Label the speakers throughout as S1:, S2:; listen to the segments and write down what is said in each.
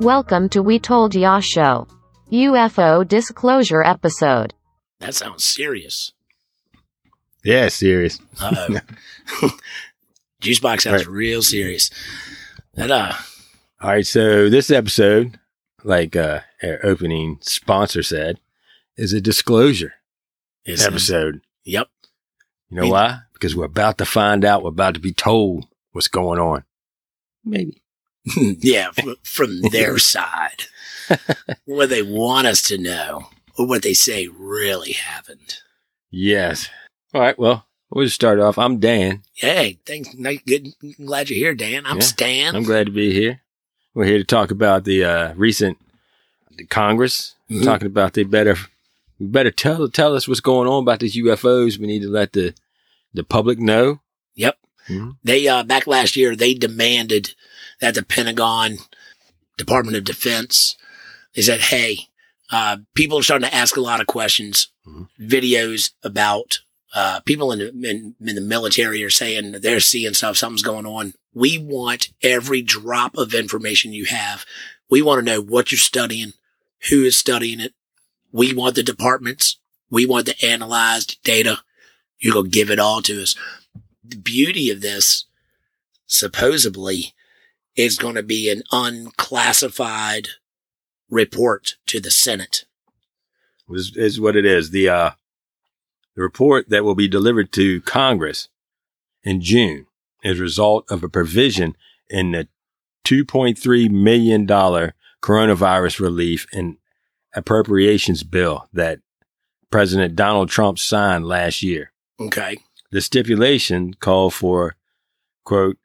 S1: Welcome to We Told Ya Show. UFO Disclosure Episode.
S2: That sounds serious.
S3: Yeah, serious.
S2: Uh oh. Juicebox sounds real serious. That uh
S3: All right, so this episode, like uh our opening sponsor said, is a disclosure
S2: is uh,
S3: episode.
S2: Yep.
S3: You know
S2: We-
S3: why? Because we're about to find out, we're about to be told what's going on. Maybe.
S2: yeah, f- from their side. what they want us to know or what they say really happened.
S3: Yes. All right, well, we'll just start off. I'm Dan.
S2: Hey, thanks. Nice, good. Glad you're here, Dan. I'm
S3: Yeah,
S2: Stan.
S3: I'm glad to be here. We're here to talk about the uh recent Congress
S2: Mhm.
S3: talking about they better we better tell tell us what's going on about these UFOs. We need to let the the public know.
S2: Yep.
S3: Mhm.
S2: They uh, back last year they demanded that the Pentagon, Department of Defense, they said, "Hey, uh, people are starting to ask a lot of questions.
S3: Mhm.
S2: Videos about uh, people in, the- in in the military are saying they're seeing stuff. Something's going on. We want every drop of information you have. We want to know what you're studying, who is studying it. We want the departments. We want the analyzed data. You're gonna give it all to us." the beauty of this supposedly is going to be an unclassified report to the Senate.
S3: is, is what it is. The uh, the report that will be delivered to Congress in June is a result of a provision in the two point three million dollar coronavirus relief and appropriations bill that President Donald Trump signed last year.
S2: Okay.
S3: The stipulation called for, quote,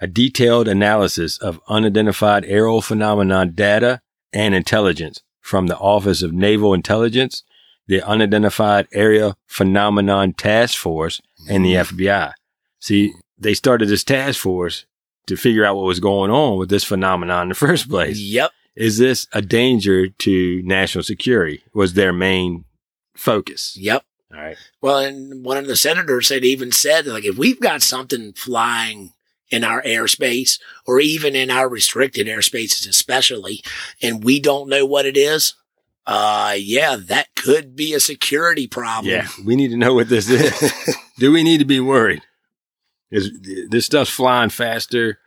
S3: a detailed analysis of unidentified aerial phenomenon data and intelligence from the Office of Naval Intelligence, the Unidentified Area Phenomenon Task Force, and the FBI. See, they started this task force to figure out what was going on with this phenomenon in the first place.
S2: Yep.
S3: Is this a danger to national security? Was their main focus.
S2: Yep.
S3: All right.
S2: Well, and one of the senators had even said, like, if we've got something flying in our airspace or even in our restricted airspaces, especially, and we don't know what it is, uh, yeah, that could be a security problem.
S3: Yeah, we need to know what this is. Do we need to be worried? Is this stuff's flying faster,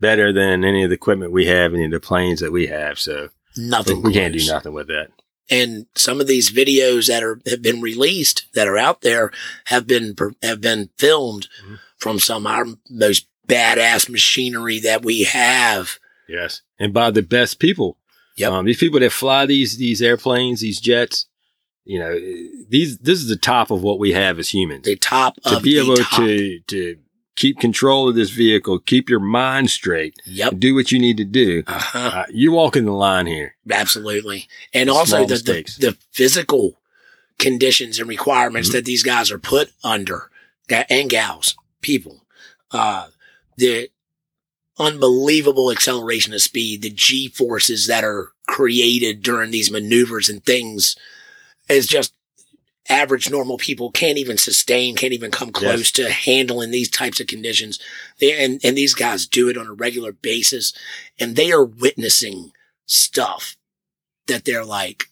S3: better than any of the equipment we have, any of the planes that we have? So
S2: Nothing.
S3: we can't do
S2: close.
S3: nothing with that.
S2: and some of these videos that are have been released that are out there have been per- have been filmed
S3: Mhm.
S2: from some of our most badass machinery that we have.
S3: Yes, and by the best people.
S2: Yep.
S3: Um, these people that fly these these airplanes, these jets. You know, these this is the top of what we have as humans.
S2: The top
S3: to
S2: of
S3: be
S2: the
S3: able
S2: top.
S3: to to keep control of this vehicle, keep your mind straight,
S2: Yep.
S3: do what you need to do.
S2: Uh-huh.
S3: Uh, you're walking the line here.
S2: Absolutely. And
S3: Small
S2: also the,
S3: mistakes.
S2: the the physical conditions and requirements
S3: Mhm.
S2: that these guys are put under ga- and gals, people. Uh the unbelievable acceleration of speed, the G forces that are created during these maneuvers and things is just average normal people can't even sustain, can't even come close to handling these types of conditions. They, and, and these guys do it on a regular basis and they are witnessing stuff that they're like,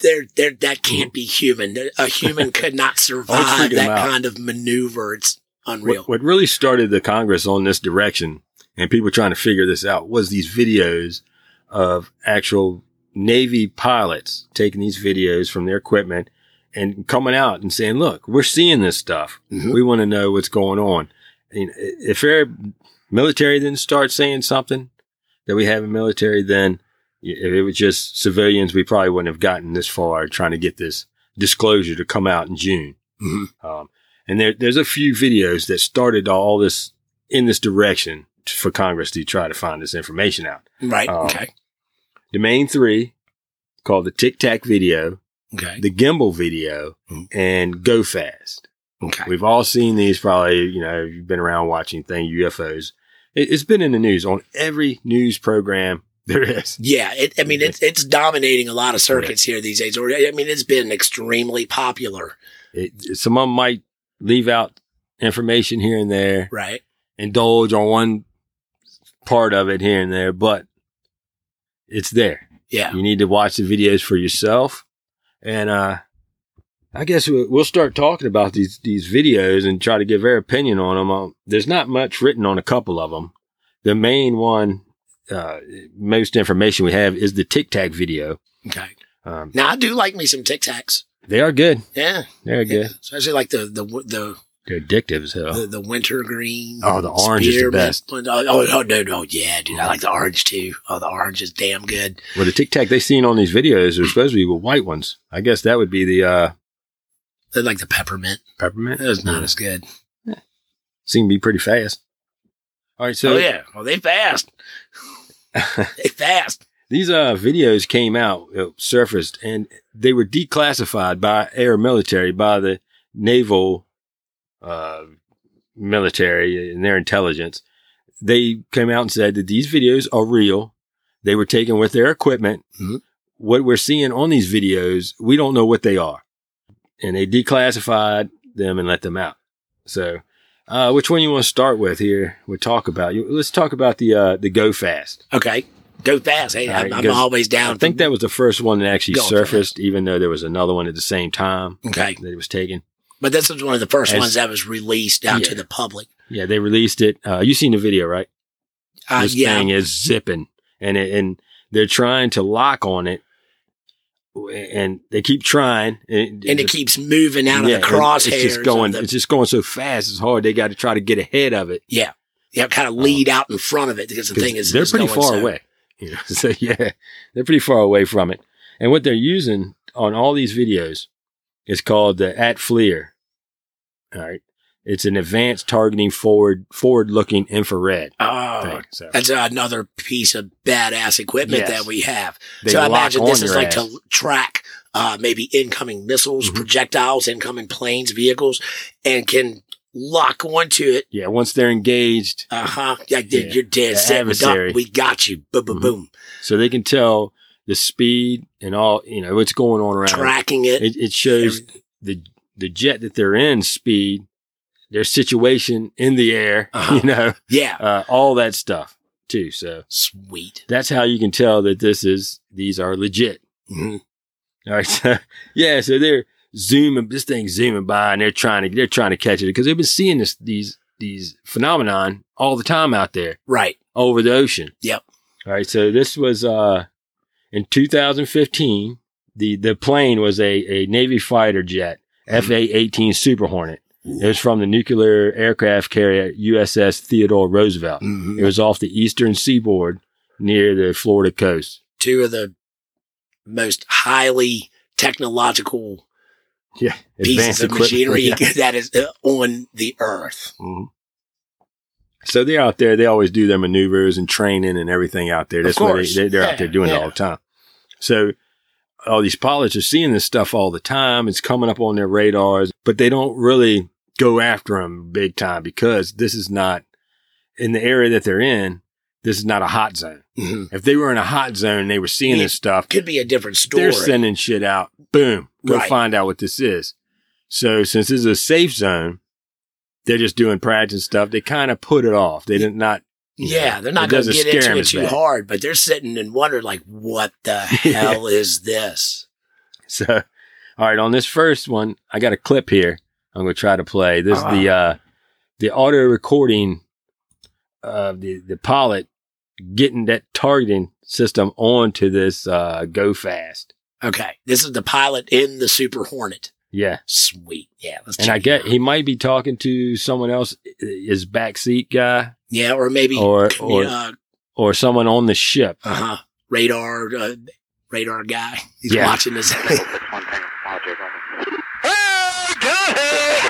S2: they're, they're, that can't be human. A human could not survive
S3: freaking
S2: that
S3: out.
S2: kind of maneuver. It's unreal.
S3: What, what really started the Congress on this direction and people trying to figure this out was these videos of actual Navy pilots taking these videos from their equipment and coming out and saying, look, we're seeing this stuff.
S2: Mhm.
S3: We want to know what's going on. And i- if our military didn't start saying something that we have in military, then i- if it was just civilians, we probably wouldn't have gotten this far trying to get this disclosure to come out in June.
S2: Mhm.
S3: Um, and there, there's a few videos that started all this in this direction t- for Congress to try to find this information out.
S2: Right.
S3: Um,
S2: okay.
S3: The main three, called the Tic Tac video,
S2: Okay.
S3: the Gimbal video,
S2: Mhm.
S3: and Go Fast.
S2: Okay.
S3: We've all seen these. Probably, you know, you've been around watching thing UFOs. It, it's been in the news on every news program there is.
S2: Yeah, it, I mean it's it's dominating a lot of circuits here these days. Or I mean it's been extremely popular,
S3: It, it- someone might leave out information here and there.
S2: right?
S3: indulge on one part of it here and there, but It's there.
S2: Yeah.
S3: You need to watch the videos for yourself. And uh, I guess we- we'll start talking about these these videos and try to give our opinion on them. Um, there's not much written on a couple of them. The main one, uh, most information we have is the Tic Tac video.
S2: Okay.
S3: Um,
S2: Now I do like me some Tic Tacs.
S3: they are good.
S2: Yeah.
S3: They're
S2: yeah.
S3: good.
S2: Especially like the the the
S3: They're addictive as hell.
S2: the, the winter green.
S3: Oh, the orange is the
S2: spearmint
S3: best.
S2: blend. Oh, oh, oh, no, no, yeah, dude, I like the orange too. Oh, the orange is damn good.
S3: Well, the Tic Tac they seen on these videos are supposed to be with white ones. I guess that would be the uh,
S2: I like the peppermint.
S3: peppermint.
S2: It was not as good.
S3: Seem to be pretty fast. All right, so
S2: oh yeah, well they fast. they fast.
S3: these uh, videos came out, uh, surfaced, and they were declassified by air military, by the naval uh, military and their intelligence. They came out and said that these videos are real. They were taken with their equipment.
S2: Mhm.
S3: What we're seeing on these videos, we don't know what they are. And they declassified them and let them out. So, uh, which one you want to start with here? We'll talk about. You- Let's talk about the uh, the Go Fast.
S2: Okay, go fast. Hey,
S3: All
S2: I'm,
S3: right,
S2: I'm
S3: because
S2: always down.
S3: I think that was the first one that actually
S2: Go,
S3: surfaced, even though there was another one at the same time
S2: Okay.
S3: that it was taken.
S2: but this was one of the first
S3: As-
S2: ones that was released out to
S3: Yeah.
S2: the public.
S3: Yeah, they released it. Uh, you seen the video, right?
S2: Uh,
S3: this
S2: yeah,
S3: thing is zipping, and it, and they're trying to lock on it, and they keep trying, and,
S2: and it keeps moving out
S3: yeah,
S2: of
S3: and
S2: the crosshairs.
S3: It's just
S2: of
S3: going.
S2: the-
S3: It's just going so fast. It's hard. They got to try to get ahead of it.
S2: yeah, yeah, kind of lead out in front of it because the
S3: 'Cause
S2: thing is
S3: uh, they're
S2: is
S3: pretty
S2: going
S3: far
S2: so-
S3: away. You know, so yeah, they're pretty far away from it. And what they're using on all these videos is called the at FLIR. All right, it's an advanced targeting forward forward looking infrared
S2: Oh,
S3: thing. So
S2: That's another piece of badass equipment
S3: Yes.
S2: that we have.
S3: They
S2: so I
S3: lock
S2: imagine
S3: on
S2: this is
S3: your
S2: like
S3: ass.
S2: to track uh, maybe incoming missiles,
S3: Mhm.
S2: projectiles, incoming planes, vehicles, and can lock onto it.
S3: yeah, once they're engaged,
S2: Uh huh. Yeah, dude,
S3: Yeah.
S2: you're dead.
S3: The
S2: Set it
S3: adversary.
S2: up. We got you. Boom, boom,
S3: Mhm.
S2: boom.
S3: so they can tell the speed and all you know what's going on around.
S2: Tracking it.
S3: It, it shows the the jet that they're in speed, their situation in the air,
S2: Uh-huh.
S3: you know,
S2: yeah.
S3: uh, all that stuff too. So
S2: Sweet.
S3: that's how you can tell that this is these are legit.
S2: Mhm.
S3: All right, so, yeah. So they're zooming this thing zooming by, and they're trying to they're trying to catch it because they've been seeing this these these phenomenon all the time out there
S2: Right.
S3: over the ocean.
S2: Yep.
S3: All right. So this was uh in 2015. The the plane was a a Navy fighter jet, FA-18 Super Hornet. It was from the nuclear aircraft carrier USS Theodore Roosevelt.
S2: Mhm.
S3: It was off the eastern seaboard near the Florida coast.
S2: Two of the most highly technological
S3: Yeah.
S2: pieces of machinery that is uh, on the earth.
S3: Mhm. So they're out there. They always do their maneuvers and training and everything out there.
S2: Of
S3: That's why
S2: course.
S3: they, they, are
S2: Yeah,
S3: out there doing
S2: yeah.
S3: it all the time. So all these pilots are seeing this stuff all the time. It's coming up on their radars, but they don't really go after them big time because this is not in the area that they're in. This is not a hot zone.
S2: Mhm.
S3: If they were in a hot zone, they were seeing
S2: Yeah.
S3: this stuff.
S2: Could be a different story.
S3: They're sending shit out. Boom. Go
S2: Right.
S3: find out what this is. So since this is a safe zone, they're just doing practice stuff. They kind of put it off. They did not. you
S2: Yeah,
S3: know,
S2: they're
S3: it
S2: not going to
S3: doesn't
S2: get
S3: scare
S2: into
S3: 'em
S2: it
S3: as
S2: too
S3: bad.
S2: hard, but they're sitting and wondering, like, what the hell is this?
S3: So, all right. On this first one, I got a clip here. I'm going to try to play. This is the
S2: Uh-huh.
S3: uh, the audio recording of the the pilot getting that targeting system onto this uh, go fast.
S2: Okay, this is the pilot in the Super Hornet.
S3: Yeah.
S2: Sweet, yeah. Let's
S3: And
S2: check
S3: I
S2: it
S3: get
S2: out.
S3: he might be talking to someone else, his backseat guy,
S2: yeah, or maybe
S3: or
S2: commu-
S3: or
S2: uh
S3: or someone on the ship.
S2: huh radar uh, radar guy. He's
S3: Yeah.
S2: watching this.
S4: one thing Roger
S5: Oh, go ahead!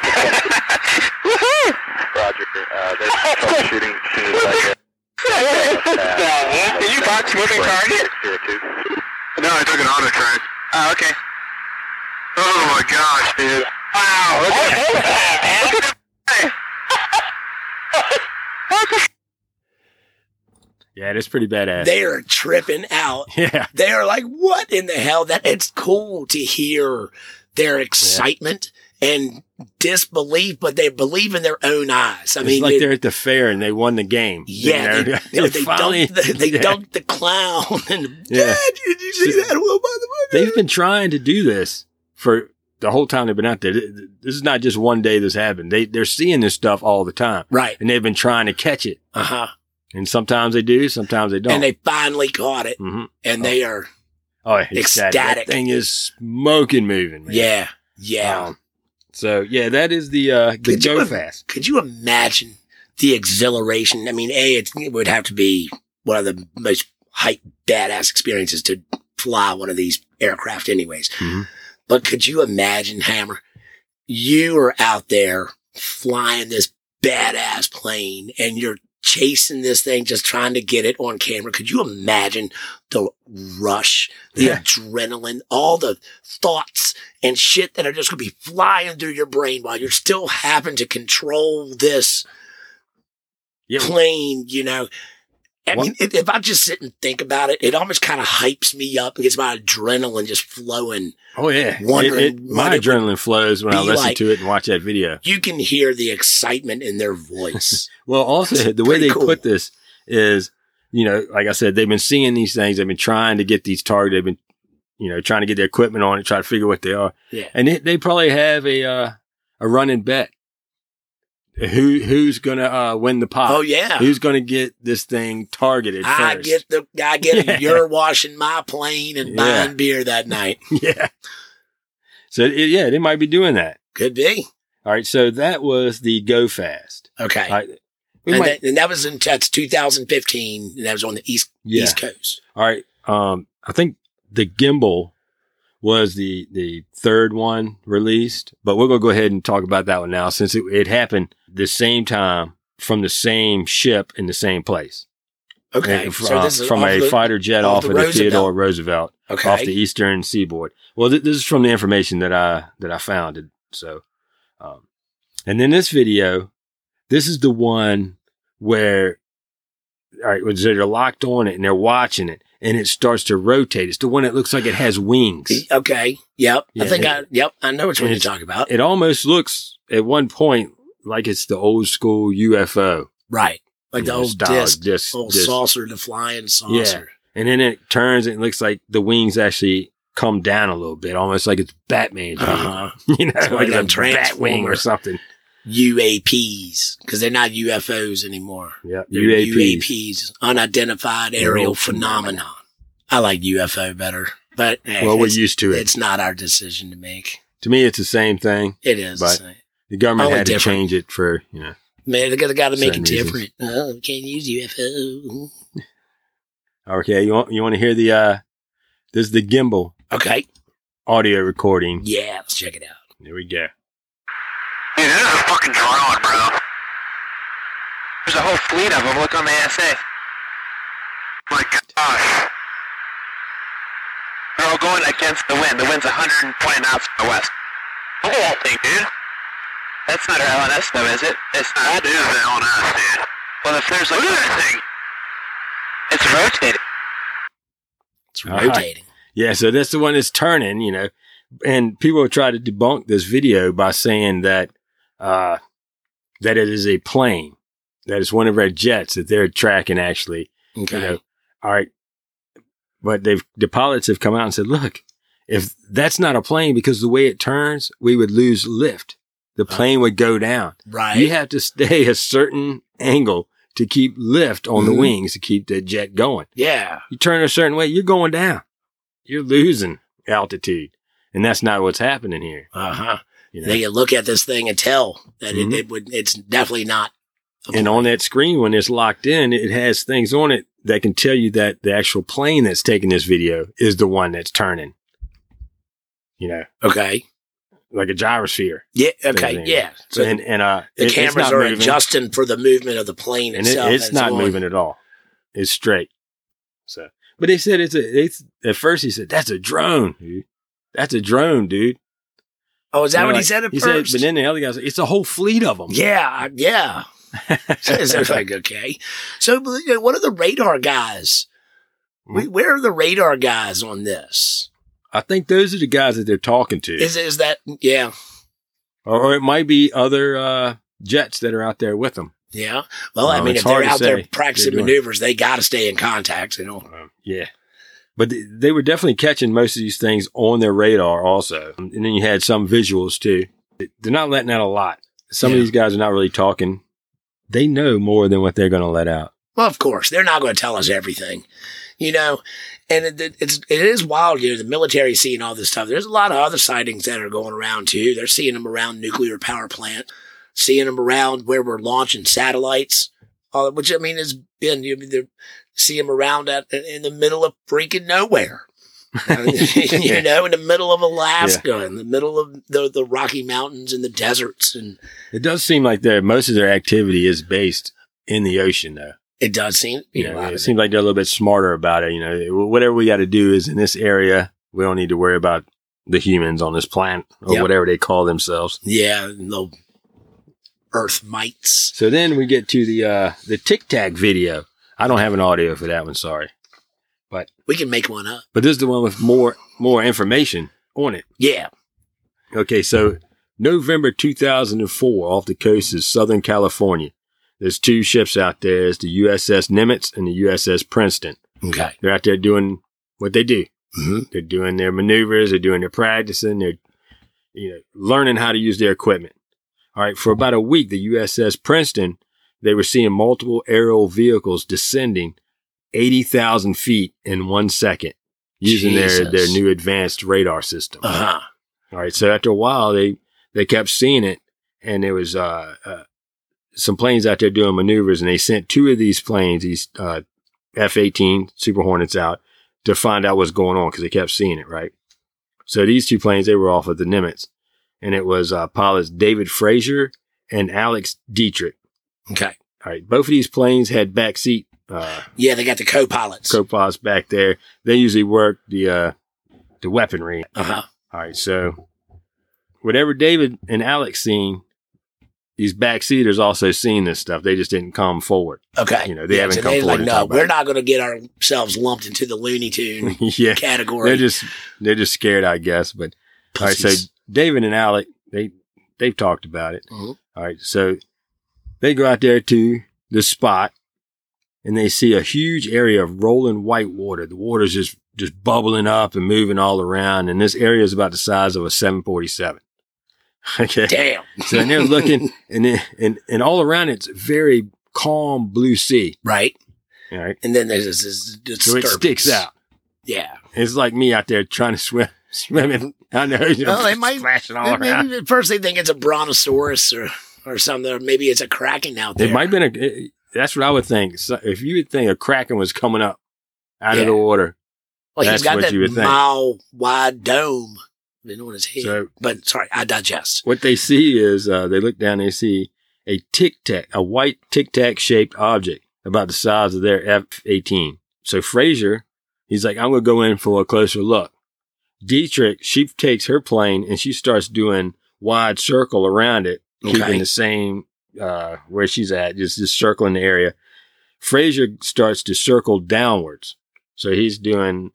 S5: Woohoo!
S4: Roger, uh, there's troubleshooting as soon as I
S5: This is
S4: get.
S5: Can you box moving target?
S4: No, I took an auto track.
S5: Oh, okay.
S4: Oh my gosh, dude.
S5: Wow, look at that, man.
S3: Yeah, that's pretty badass.
S2: they're tripping out.
S3: yeah,
S2: They're like, what in the hell? That it's cool to hear their excitement and disbelief, but they believe in their own eyes. I
S3: it's
S2: mean,
S3: like
S2: it-
S3: they're at the fair and they won the game.
S2: yeah,
S3: You
S2: they,
S3: know?
S2: they, they
S3: finally-
S2: dunked the, they
S3: yeah.
S2: dunked the clown. And,
S3: Yeah.
S2: yeah, did you see that? Well, by
S3: They've been trying to do this for the whole time they've been out there. Th- th- This is not just one day this happened. They they're seeing this stuff all the time,
S2: right.
S3: and they've been trying to catch it.
S2: Uh huh.
S3: And sometimes they do, sometimes they don't.
S2: And they finally caught it,
S3: Mhm.
S2: and they are
S3: oh, ecstatic.
S2: Ecstatic.
S3: That thing is smoking, moving. Man.
S2: yeah, yeah.
S3: Um, so yeah, that is the uh, the
S2: Could you
S3: go
S2: im-
S3: fast.
S2: Could you imagine the exhilaration? I mean, a it's, it would have to be one of the most hype badass experiences to fly one of these aircraft, anyways.
S3: Mhm.
S2: But could you imagine, Hammer? You are out there flying this badass plane, and you're chasing this thing, just trying to get it on camera. Could you imagine the rush, the
S3: Yeah.
S2: adrenaline, all the thoughts and shit that are just going to be flying through your brain while you're still having to control this
S3: Yeah.
S2: plane, you know? I
S3: What-
S2: mean, if if I just sit and think about it, it almost kind of hypes me up and gets my adrenaline just flowing.
S3: Oh yeah, it,
S2: Wondering
S3: it,
S2: what
S3: my
S2: it would
S3: adrenaline flows when I
S2: be
S3: listen
S2: like.
S3: to it and watch that video.
S2: You can hear the excitement in their voice.
S3: Well, also
S2: It's
S3: the way
S2: pretty
S3: they
S2: cool.
S3: put this is, you know, like I said, they've been seeing these things. They've been trying to get these targets. They've been, you know, trying to get their equipment on it, try to figure what they are.
S2: Yeah.
S3: And they, they probably have a uh, a running bet. Who who's gonna uh, win the pot?
S2: oh yeah.
S3: Who's gonna get this thing targeted
S2: I
S3: first?
S2: get the I get it.
S3: Yeah.
S2: you're washing my plane and
S3: Yeah.
S2: buying beer that night.
S3: yeah. So it, yeah, they might be doing that.
S2: Could be.
S3: All right. So that was the go fast.
S2: Okay.
S3: All right. We
S2: and,
S3: might-
S2: that, and that was in that's 2015 and that was on the east
S3: yeah.
S2: east coast.
S3: All right. Um, I think the gimbal was the the third one released, but we're gonna go ahead and talk about that one now since it, it happened the same time from the same ship in the same place.
S2: Okay.
S3: Uh, fr-
S2: so
S3: uh,
S2: this is
S3: from
S2: off
S3: a
S2: the-
S3: fighter jet
S2: off
S3: off,
S2: the
S3: of the
S2: Roosevelt.
S3: Theodore Roosevelt
S2: Okay.
S3: off the eastern seaboard. Well, th- this is from the information that I that I found. So, um, and then this video, this is the one where, all right, was they're locked on it and they're watching it, and it starts to rotate. It's the one that looks like it has wings.
S2: E, okay. Yep.
S3: Yeah,
S2: I think
S3: it-
S2: I yep, I know which one you're
S3: it's-
S2: talking about.
S3: It almost looks at one point like it's the old school UFO,
S2: right. Like
S3: you
S2: the
S3: know,
S2: old
S3: style,
S2: disc,
S3: disc-
S2: old
S3: disc.
S2: saucer, the flying saucer.
S3: and then it turns and it looks like the wings actually come down a little bit, almost like it's Batman.
S2: Uh-huh.
S3: You know,
S2: It's like
S3: like,
S2: them
S3: it's a bat wing
S2: Transformer.
S3: or something.
S2: UAPs because they're not UFOs anymore.
S3: Yeah,
S2: They're
S3: UAPs.
S2: UAPs, unidentified aerial
S3: Aerial
S2: phenomenon. I like UFO better, but eh,
S3: Well, we're
S2: it's,
S3: used to it.
S2: it's not our decision to make.
S3: To me, it's the same thing.
S2: It is.
S3: But-
S2: Man,
S3: The government
S2: Only
S3: had to
S2: Oh, different.
S3: change it for you know.
S2: they got to make
S3: Certain
S2: it
S3: reasons.
S2: different. Oh, we can't use UFO.
S3: Oh, Okay, you want you want to hear the uh, this is the gimbal
S2: Okay.
S3: audio recording.
S2: Yeah, let's check it out.
S3: There we go.
S5: Dude, this is a fucking drone, bro. There's a whole fleet of them. Look on the ASA. My gosh. They're all going against the wind. The wind's 120 knots to the west. Look at that thing, dude. That's not our LNS, though, is it? It's not. That is the LNS, dude. Well, if there's like... Look at that thing. It's rotating.
S2: It's
S3: All right.
S2: rotating.
S3: Yeah, so that's the one that's turning. You know, and people try to debunk this video by saying that uh, that it is a plane, that it's one of our jets that they're tracking actually.
S2: Okay.
S3: you know, all right. But they've the pilots have come out and said, look, if that's not a plane because the way it turns, we would lose lift. The plane would go down.
S2: right.
S3: You have to stay a certain angle to keep lift on the
S2: Mhm.
S3: wings to keep the jet going.
S2: yeah.
S3: You turn a certain way, you're going down. You're losing altitude. And that's not what's happening here.
S2: Uh huh.
S3: you know?
S2: They can look at this thing and tell that it,
S3: Mhm.
S2: it would. It's definitely not. a
S3: And
S2: plane.
S3: on that screen, when it's locked in, it has things on it that can tell you that the actual plane that's taking this video is the one that's turning. You know,
S2: okay.
S3: like a gyrosphere.
S2: Yeah. Okay.
S3: Thing.
S2: Yeah. So
S3: and and uh,
S2: the
S3: it- it's
S2: cameras
S3: not
S2: are
S3: moving,
S2: adjusting for the movement of the plane
S3: and it-
S2: itself.
S3: it's not
S2: on.
S3: moving at all. It's straight. So, but they said it's a. It's at first he said that's a drone, dude. That's a drone, dude.
S2: Oh, is that
S3: You know,
S2: what he
S3: like,
S2: said at
S3: He said,
S2: first?
S3: but then the other guy said it's a whole fleet of them.
S2: yeah, yeah. so it's like okay. So you know, what are the radar guys? We,
S3: Mm-hmm.
S2: where are the radar guys on this?
S3: I think those are the guys that they're talking to.
S2: Is is that yeah?
S3: or, or it might be other uh, jets that are out there with them.
S2: Yeah. Well, I
S3: Um,
S2: mean,
S3: it's
S2: if they're
S3: hard to
S2: out there
S3: say.
S2: practicing
S3: They're doing-
S2: maneuvers, they got to stay in contact. You know.
S3: Um, yeah. But th- they were definitely catching most of these things on their radar also. And then you had some visuals too. They're not letting out a lot. Some
S2: Yeah.
S3: of these guys are not really talking. They know more than what they're going to let out.
S2: Well, of course, they're not going to tell us everything, you know. And it, it- it's it is wild, you know. The military seeing all this stuff. There's a lot of other sightings that are going around too. They're seeing them around nuclear power plant, seeing them around where we're launching satellites, uh, which I mean has been you know, see them around at, in the middle of freaking nowhere. you know, in the middle of Alaska, in the middle of the, the Rocky Mountains and the deserts, and
S3: It does seem like their most of their activity is based in the ocean though.
S2: it does seem you
S3: You
S2: know, a
S3: know,
S2: lot
S3: it
S2: of
S3: seems like they're a little bit smarter about it. You know, whatever we got to do is in this area. We don't need to worry about the humans on this planet or
S2: Yep.
S3: whatever they call themselves.
S2: Yeah, the Earth mites.
S3: So then we get to the uh, the Tic Tac video. I don't have an audio for that one, sorry,
S2: We can make one up.
S3: but this is the one with more more information on it.
S2: Yeah.
S3: Okay, so November 2004, off the coast of Southern California. There's two ships out there. It's the USS Nimitz and the USS Princeton.
S2: Okay.
S3: They're out there doing what they do.
S2: Mhm.
S3: They're doing their maneuvers. They're doing their practicing. They're you know learning how to use their equipment. All right, for about a week, the USS Princeton they were seeing multiple aerial vehicles descending eighty thousand feet in one second using their their
S2: Jesus.
S3: new advanced radar system.
S2: Uh huh.
S3: All right, so after a while, they they kept seeing it, and there was uh, uh, some planes out there doing maneuvers, and they sent two of these planes, these uh, F-18 Super Hornets, out to find out what's going on because they kept seeing it, right? So these two planes, they were off of the Nimitz, and it was uh, pilots David Frazier and Alex Dietrich.
S2: Okay.
S3: All right, both of these planes had backseat uh,
S2: Yeah, they got the co pilots.
S3: co-pilots back there. They usually work the uh, the weaponry
S2: uh huh.
S3: all right, so whatever David and Alex seen, these backseaters also seen this stuff. They just didn't come forward.
S2: Okay.
S3: You know, they haven't
S2: so
S3: come
S2: they're
S3: forward
S2: like,
S3: and
S2: no,
S3: talked about
S2: we're
S3: it."
S2: not going to get ourselves lumped into the Looney Tune
S3: yeah,
S2: category.
S3: they're just they're just scared, I guess. But all right, so
S2: Pussies.
S3: David and Alec, they they've talked about it.
S2: Mhm.
S3: All right, so they go out there to the spot, and they see a huge area of rolling white water. The water's just just bubbling up and moving all around, and this area is about the size of a seven forty seven. Okay.
S2: Damn.
S3: So and they're looking, and then, and and all around it's very calm blue sea.
S2: Right.
S3: All right,
S2: And then there's this, this
S3: so it
S2: disturbance.
S3: sticks out.
S2: Yeah.
S3: It's like me out there trying to swim, swimming on the ocean,
S2: Well, they might-
S3: splashing all
S2: Then
S3: around.
S2: maybe at first they think it's a brontosaurus or, or something. Or maybe it's a kraken out there.
S3: It might have been a. it- that's what I would think. So if you would think a kraken was coming up out of the
S2: Yeah.
S3: water,
S2: Well,
S3: That's
S2: he's got
S3: what
S2: that
S3: you would think.
S2: mile wide dome you know, on his head.
S3: So-
S2: but sorry, I digest.
S3: what they see is uh, they look down. They see a tic tac, a white tic tac shaped object about the size of their F eighteen. So Frazier, he's like, I'm gonna go in for a closer look. Dietrich, she takes her plane and she starts doing wide circle around it,
S2: Okay.
S3: keeping the same uh, where she's at, just just circling the area. Frazier starts to circle downwards, so he's doing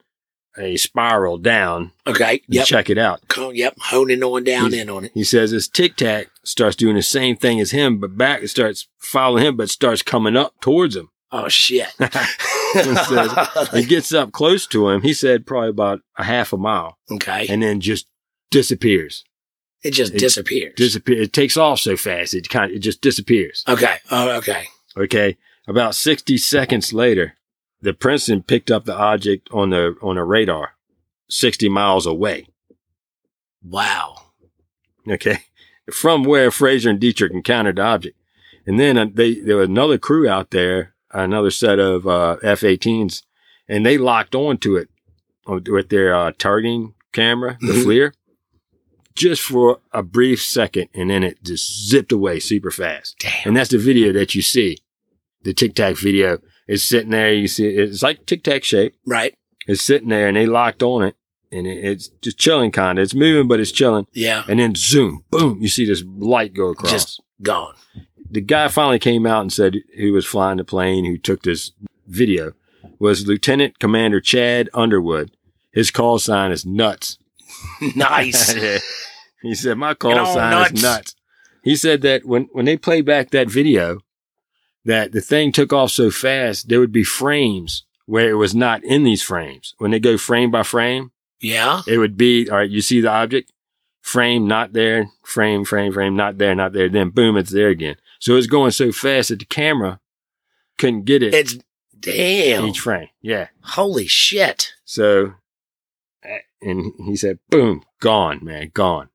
S3: a spiral down.
S2: Okay.
S3: to
S2: Yep.
S3: Check it out.
S2: Co- yep, honing on down
S3: He's-
S2: in on it.
S3: He says this tic tac starts doing the same thing as him, but back it starts following him, but starts coming up towards him.
S2: Oh shit!
S3: It gets up close to him. He said probably about a half a mile,
S2: okay,
S3: and then just disappears.
S2: it just
S3: it-
S2: disappears.
S3: Disappear. It takes off so fast. It kind of, it just disappears.
S2: okay, oh okay,
S3: Okay. About sixty seconds later, the Princeton picked up the object on the on a radar, sixty miles away.
S2: wow.
S3: okay, from where Fraser and Dietrich encountered the object. And then uh, they there was another crew out there, another set of uh, F-18s, and they locked onto it with their uh, targeting camera, the
S2: Mhm.
S3: FLIR, just for a brief second, and then it just zipped away super fast.
S2: Damn.
S3: And that's the video that you see, the Tic Tac video. It's sitting there. You see, it's like Tic Tac shape.
S2: Right?
S3: It's sitting there, and they locked on it, and it, it's just chilling kind of. It's moving, but it's chilling
S2: Yeah,
S3: and then zoom, boom, you see this light go across.
S2: Just- gone.
S3: the guy finally came out and said who was flying the plane, who took this video, was Lieutenant Commander Chad Underwood. His call sign is nuts.
S2: nice.
S3: He said, My
S2: Get
S3: call
S2: all
S3: sign
S2: nuts.
S3: is nuts. He said that when, when they play back that video, that the thing took off so fast, there would be frames where it was not in these frames. When they go frame by frame,
S2: Yeah.
S3: it would be all right, you see the object, frame not there, frame, frame, frame, not there, not there. Then boom, it's there again. So it's going so fast that the camera couldn't get it
S2: It's damn.
S3: each frame. Yeah.
S2: Holy shit.
S3: So, uh, and he said, boom, gone, man, gone.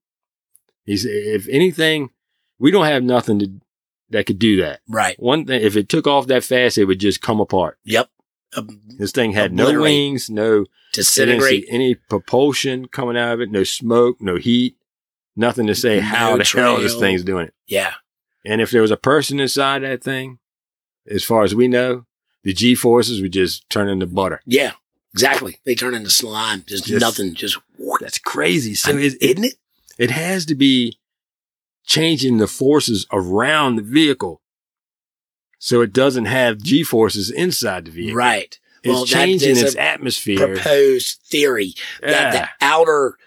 S3: He said, if anything, we don't have nothing to, that could do that.
S2: Right.
S3: One thing, if it took off that fast, it would just come apart.
S2: Yep. Um,
S3: This thing had no
S2: Obliterate.
S3: wings, no, you didn't see
S2: disintegrate.
S3: any propulsion coming out of it, no smoke, no heat, nothing to say
S2: No
S3: how the hell this
S2: trail.
S3: thing's doing it.
S2: Yeah.
S3: And if there was a person inside that thing, as far as we know, the G forces would just turn into butter.
S2: Yeah. Exactly. They turn into slime. Just,
S3: Just-
S2: nothing. Just
S3: That's crazy. So
S2: I'm-
S3: is it,
S2: isn't it?
S3: it has to be changing the forces around the vehicle so it doesn't have G forces inside the vehicle.
S2: Right.
S3: It's
S2: Well, that
S3: changing
S2: is
S3: its
S2: a
S3: atmosphere.
S2: Proposed theory that
S3: yeah.
S2: the outer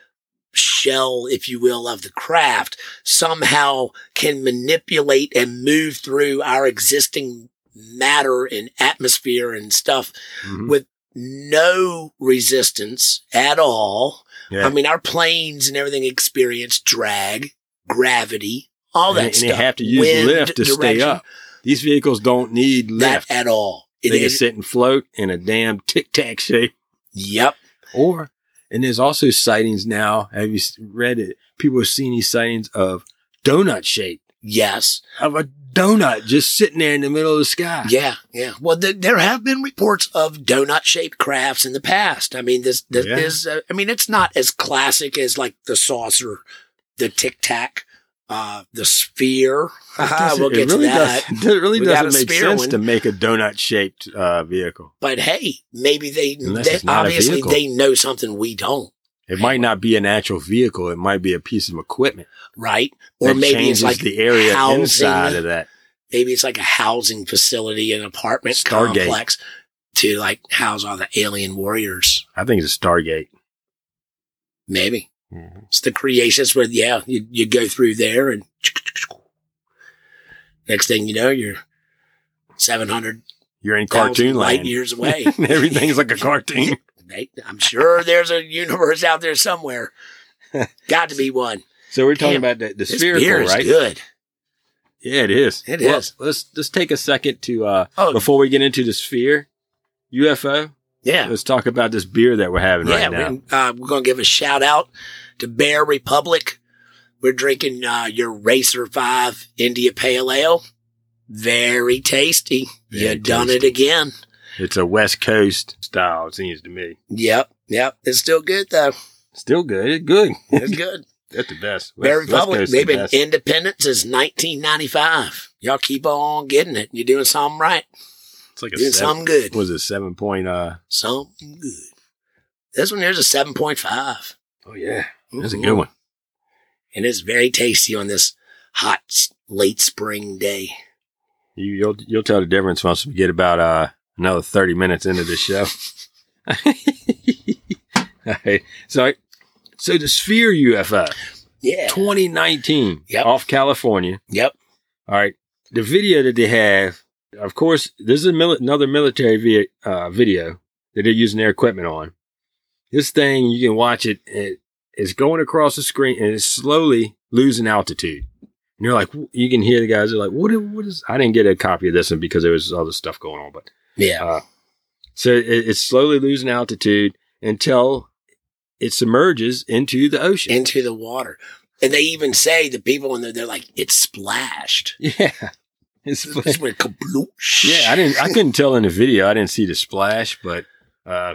S2: shell, if you will, of the craft somehow can manipulate and move through our existing matter and atmosphere and stuff
S3: Mhm.
S2: with no resistance at all.
S3: Yeah.
S2: I mean, our planes and everything experience drag, gravity, all that
S3: and, they-
S2: stuff.
S3: and they have to use
S2: Wind
S3: lift to stay
S2: direction,
S3: up. These vehicles don't need
S2: That
S3: lift.
S2: at all. It
S3: they can
S2: is.
S3: sit and float in a damn tic tac shape.
S2: Yep.
S3: Or, and there's also sightings now. Have you s- read it? People have seen these sightings of donut shape
S2: Yes.
S3: of a donut just sitting there in the middle of the sky.
S2: Yeah. Yeah. Well, th- there have been reports of donut-shaped crafts in the past. I mean, this, this
S3: Yeah.
S2: is. Uh, I mean, it's not as classic as like the saucer, the tic tac, uh, the sphere.
S3: doesn't-
S2: uh-huh, we'll get
S3: it really
S2: to that.
S3: Does, it really
S2: We got
S3: doesn't
S2: a
S3: make
S2: spare
S3: sense
S2: one.
S3: to make a donut shaped uh, vehicle.
S2: But hey, maybe they,
S3: Unless
S2: they
S3: it's not a
S2: obviously
S3: vehicle.
S2: they know something we don't.
S3: It might not be an actual vehicle. It might be a piece of equipment.
S2: right? Or
S3: that
S2: maybe it's
S3: changes
S2: like
S3: the area
S2: housing.
S3: inside of that.
S2: maybe it's like a housing facility, an apartment
S3: Stargate.
S2: complex to like house all the alien warriors.
S3: I think it's a Stargate. Mm-hmm.
S2: Maybe it's the creations where yeah, you, you go through there and next thing you know you're seven hundred
S3: You're in cartoon
S2: light
S3: land.
S2: years away.
S3: Everything's like a cartoon.
S2: They- I'm sure there's a universe out there somewhere. Got to be one.
S3: So we're talking
S2: Damn.
S3: about the, the
S2: This
S3: spherical,
S2: beer is
S3: right?
S2: good.
S3: Yeah, it is.
S2: It
S3: Well,
S2: is.
S3: Let's let's take a second to uh,
S2: Oh.
S3: before we get into the sphere UFO.
S2: Yeah.
S3: Let's talk about this beer that we're having right now.
S2: We're, uh, we're going to give a shout out to Bear Republic. We're drinking uh, your Racer 5 India Pale Ale. Very tasty.
S3: Very
S2: you done
S3: tasty.
S2: it again.
S3: It's a West Coast style. It seems to me
S2: Yep. Yep. It's still good, though.
S3: still good. It's good.
S2: It's good.
S3: That's the best.
S2: Bear
S3: West- West
S2: Republic,
S3: Coast is
S2: they've
S3: the
S2: been
S3: best.
S2: independent since 1995. Y'all keep on getting it. You're doing something right.
S3: It's like a
S2: Doing
S3: seven,
S2: something good.
S3: what was it seven point? Uh,
S2: Something good. This one here's a 7.5.
S3: oh yeah, that's a good one.
S2: And it's very tasty on this hot s- late spring day.
S3: You, you'll you'll tell the difference once we get about uh, another thirty minutes into the show. All right. So, so the Sphere UFO
S2: Yeah.
S3: 2019
S2: Yep.
S3: off California.
S2: Yep.
S3: All right. The video that they have, of course, this is a mili- another military vi- uh, video that they're using their equipment on. This thing, you can watch it, it. It's going across the screen and it's slowly losing altitude. And you're like, you can hear the guys are like, what, i- what is, I didn't get a copy of this one because there was other stuff going on, but
S2: Yeah.
S3: Uh, so it, it's slowly losing altitude until it submerges into the ocean.
S2: into the water. And they even say the people in there, they're like, it splashed.
S3: yeah. It's,
S2: It's went kabloosh.
S3: Yeah, I didn't. I couldn't tell in the video. I didn't see the splash, but uh,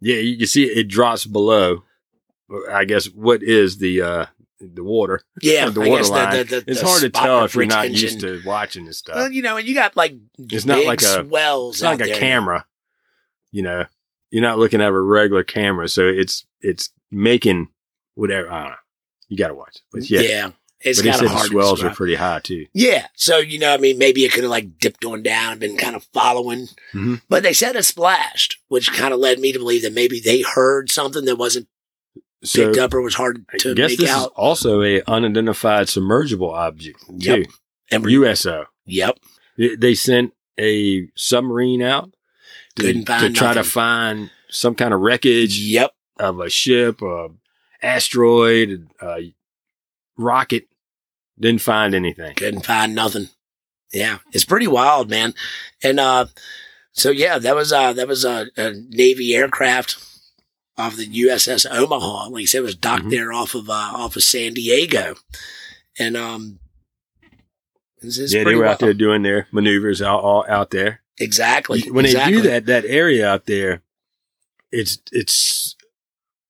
S3: yeah, you can see it, it drops below. I guess what is the uh, the water?
S2: yeah,
S3: the
S2: I
S3: water
S2: guess
S3: line. it's hard to
S2: spot
S3: tell if you're not
S2: retention-
S3: used to watching this stuff.
S2: Well, you know, and you got like
S3: It's not
S2: big
S3: like a-
S2: swells.
S3: it's not
S2: out
S3: like a
S2: there.
S3: camera. You know, you're not looking at a regular camera, so it's it's making whatever. I don't know. You got to watch, it. but yeah.
S2: Yeah, it's
S3: but he
S2: got
S3: said
S2: a
S3: the
S2: hard
S3: swells are
S2: describe.
S3: pretty high too.
S2: Yeah, so you know, I mean, maybe it could have like dipped on down and been kind of following,
S3: Mhm.
S2: but they said it splashed, which kind of led me to believe that maybe they heard something that wasn't
S3: So
S2: Picked up or was hard
S3: I
S2: to
S3: guess
S2: make
S3: this is
S2: out.
S3: also a unidentified submergible object too.
S2: Yep. And we-
S3: USO.
S2: yep.
S3: They- They sent a submarine out to,
S2: Couldn't
S3: to
S2: find
S3: try to
S2: nothing.
S3: find some kind of wreckage
S2: Yep.
S3: of a ship, a asteroid, a rocket. Didn't find anything.
S2: couldn't find nothing. Yeah, it's pretty wild, man. And uh, so yeah, that was uh, that was a, a Navy aircraft off the USS Omaha. Like I said, it was docked
S3: Mhm.
S2: there off of uh, off of San Diego, and um, it's, it's
S3: yeah, they
S2: pretty
S3: were out there
S2: wild.
S3: doing their maneuvers all, all out there.
S2: Exactly.
S3: when
S2: exactly.
S3: they do that, that area out there, it's it's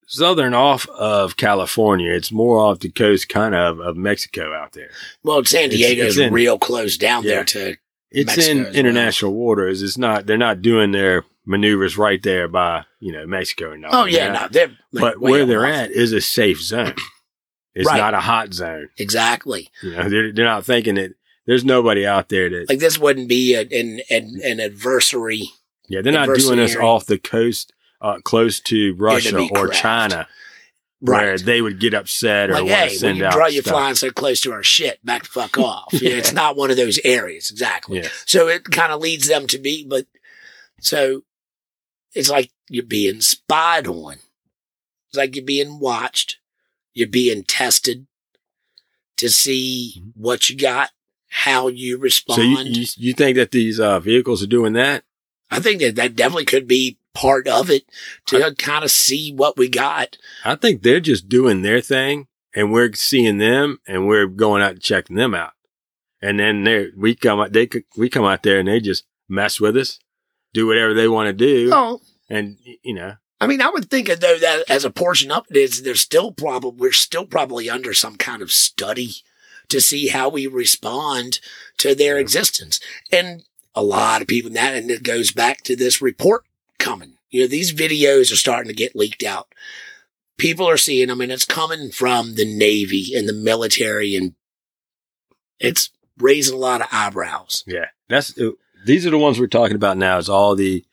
S3: southern off of California. It's more off the coast, kind of of Mexico out there.
S2: well, San
S3: it's-
S2: Diego's
S3: it's in-
S2: real close down
S3: Yeah.
S2: there to
S3: It's
S2: Mexico as
S3: in
S2: well.
S3: international waters. It's not. They're not doing their maneuvers right there by you know Mexico or nothing.
S2: Oh yeah, no, they're like,
S3: but
S2: way
S3: where
S2: up
S3: they're
S2: off.
S3: at is a safe zone. It's
S2: Right.
S3: not a hot zone.
S2: exactly.
S3: You know, they're, they're not thinking that there's nobody out there that.
S2: Like this wouldn't be a, an an an adversary.
S3: yeah, they're not
S2: adversity
S3: doing this
S2: area.
S3: off the coast, uh, close to Russia
S2: Enemy
S3: or
S2: craft.
S3: China, where they would get upset or
S2: like,
S3: want
S2: hey,
S3: to
S2: when
S3: send
S2: you
S3: out
S2: draw your
S3: stuff.
S2: flying so close to our shit, back the fuck off. You know,
S3: Yeah.
S2: it's not one of those areas, exactly.
S3: Yeah.
S2: So it kind of leads them to be, but so it's like you're being spied on. It's like you're being watched. You're being tested to see what you got, how you respond.
S3: Mm-hmm. So you, you you think that these uh, vehicles are doing that?
S2: I think that that definitely could be part of it to kind of see what we got.
S3: I think they're just doing their thing, and we're seeing them, and we're going out and checking them out. And then they we come out, they c- we come out there, and they just mess with us, do whatever they want to do,
S2: Oh,
S3: and y- you know,
S2: I mean, I would think as though that as a portion of it is there's still probably we're still probably under some kind of study to see how we respond to their existence. And a lot of people in that and it goes back to this report coming. You know, these videos are starting to get leaked out. People are seeing them and it's coming from the Navy and the military and it's raising a lot of eyebrows.
S3: yeah, that's uh, these are the ones we're talking about now. Is all the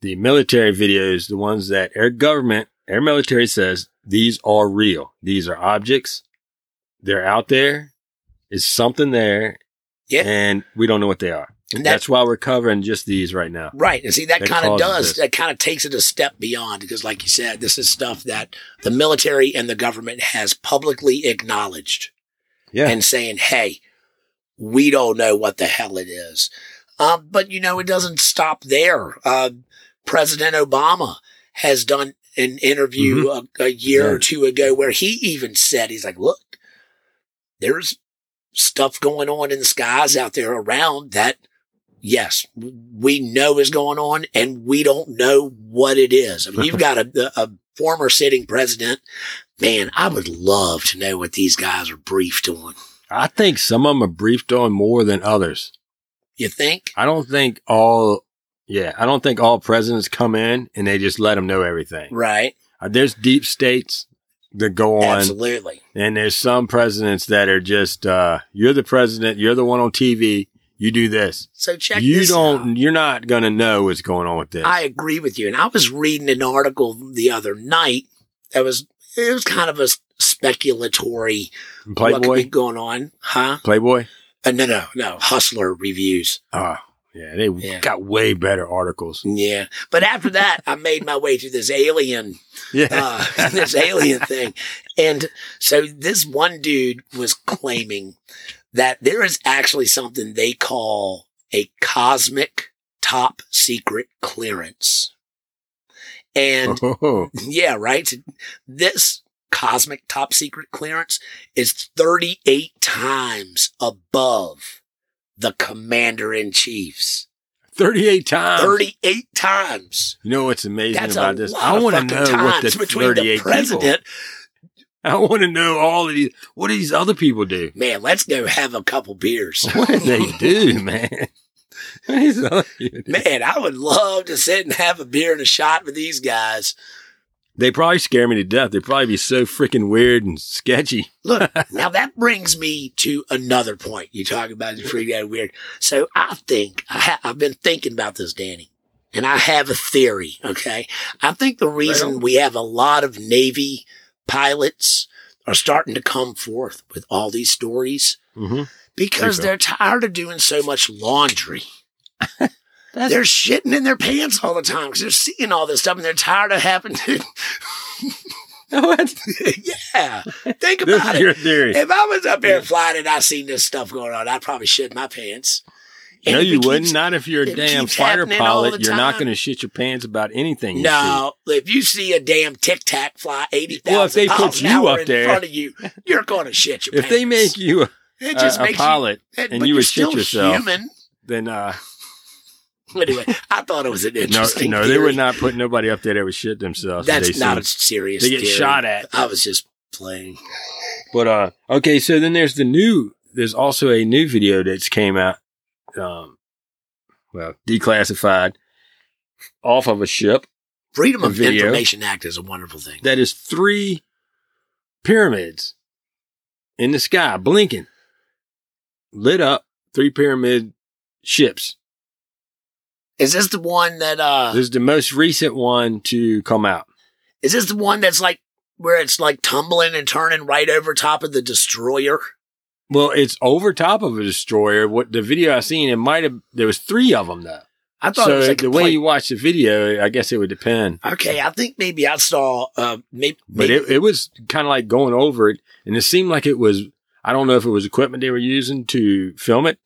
S3: the military videos, the ones that our government, our military says these are real. These are objects. They're out there. It's something there,
S2: Yeah.
S3: and we don't know what they are.
S2: And that-
S3: That's why we're covering just these right now.
S2: Right. And see, that,
S3: That
S2: kind of
S3: causes
S2: does,
S3: this.
S2: that kind of takes it a step beyond because, like you said, this is stuff that the military and the government has publicly acknowledged
S3: Yeah.
S2: and saying, hey, we don't know what the hell it is. Um, but, you know, it doesn't stop there. Uh, President Obama has done an interview a, a year or
S3: Yeah.
S2: two ago where he even said, he's like, look, there's stuff going on in the skies out there around that yes, we know is going on and we don't know what it is. I mean, you've got a, a former sitting president. Man, I would love to know what these guys are briefed on.
S3: I think some of them are briefed on more than others.
S2: You think?
S3: I don't think all, yeah, I don't think all presidents come in and they just let them know everything.
S2: Right.
S3: Uh, There's deep states that go on,
S2: Absolutely.
S3: and there's some presidents that are just, uh, you're the president, you're the one on TV, you do this.
S2: So check
S3: you
S2: this out.
S3: don't, you're not going to know what's going on with this.
S2: I agree with you. And I was reading an article the other night that was, it was kind of a s- speculatory what could be
S3: Playboy?
S2: going on, huh?
S3: Playboy?
S2: Uh, no, no, no. Hustler reviews.
S3: Oh, yeah, they
S2: Yeah. Uh,
S3: got way better articles.
S2: Yeah. But after that, I made my way to this alien,
S3: Yeah.
S2: uh, this alien thing. And so this one dude was claiming that there is actually something they call a cosmic top secret clearance. And
S3: oh,
S2: yeah, right. This cosmic top secret clearance is 38 times above the commander in chief's
S3: 38 times.
S2: 38 times.
S3: You know what's amazing
S2: That's
S3: about
S2: a
S3: this?
S2: lot
S3: I
S2: of
S3: want
S2: fucking
S3: to know what the
S2: times between
S3: 38
S2: the
S3: people-
S2: president.
S3: I want to know all of these. What do these other people do?
S2: Man, let's go have a couple beers.
S3: What do they do, man? What do these other people do?
S2: Man, I would love to sit and have a beer and a shot with these guys.
S3: They probably scare me to death. They probably be so freaking weird and sketchy.
S2: Look, now that brings me to another point. You talk about the freak out weird. So I think I ha- I've been thinking about this, Danny, and I have a theory. Okay, I think the reason we have a lot of Navy pilots are starting to come forth with all these stories
S3: Mm-hmm.
S2: because
S3: so.
S2: they're tired of doing so much laundry.
S3: That's-
S2: they're shitting in their pants all the time because they're seeing all this stuff and they're tired of having to. yeah, think
S3: This
S2: about it.
S3: is your theory.
S2: If I was up there flying and I seen this stuff going on, I'd probably shit my pants. And
S3: no,
S2: if it
S3: you wouldn't.
S2: keeps-
S3: Not if you're a
S2: it
S3: damn
S2: keeps
S3: fighter
S2: happening all the
S3: pilot. You're not
S2: time.
S3: going to shit your pants about anything. you
S2: No, if you see a damn tic tac fly eighty thousand
S3: Well, if they put
S2: miles an
S3: you
S2: hour
S3: up
S2: in
S3: there-
S2: front of you, you're gonna shit
S3: see.
S2: your
S3: If
S2: pants.
S3: they make you a,
S2: it
S3: a, a
S2: makes
S3: pilot,
S2: you,
S3: and
S2: but
S3: you
S2: you're
S3: would shit
S2: still
S3: yourself.
S2: Human.
S3: then uh,
S2: Anyway, I thought it was an
S3: no,
S2: interesting.
S3: no, they
S2: theory.
S3: would not put nobody up there that would shit themselves. if
S2: That's
S3: they
S2: not a
S3: seen-
S2: serious.
S3: They get
S2: theory.
S3: shot at.
S2: I was just playing.
S3: But uh, okay, so then there's the new. There's also a new video that's came out. Um, well, declassified off of a ship
S2: Freedom of
S3: Video.
S2: Information Act is a wonderful thing.
S3: that is three pyramids in the sky blinking, lit up. Three pyramid ships.
S2: Is this the one that uh?
S3: This is the most recent one to come out.
S2: Is this the one that's like where it's like tumbling and turning right over top of the destroyer?
S3: Well, it's over top of a destroyer. What the video I seen, it might have. There was three of them though.
S2: I thought
S3: So
S2: it was like
S3: the
S2: a
S3: way
S2: plane.
S3: you watch the video, I guess it would depend.
S2: Okay, I think maybe I saw. Uh, maybe,
S3: But
S2: maybe
S3: it, it was kind of like going over it, and it seemed like it was. I don't know if it was equipment they were using to film it,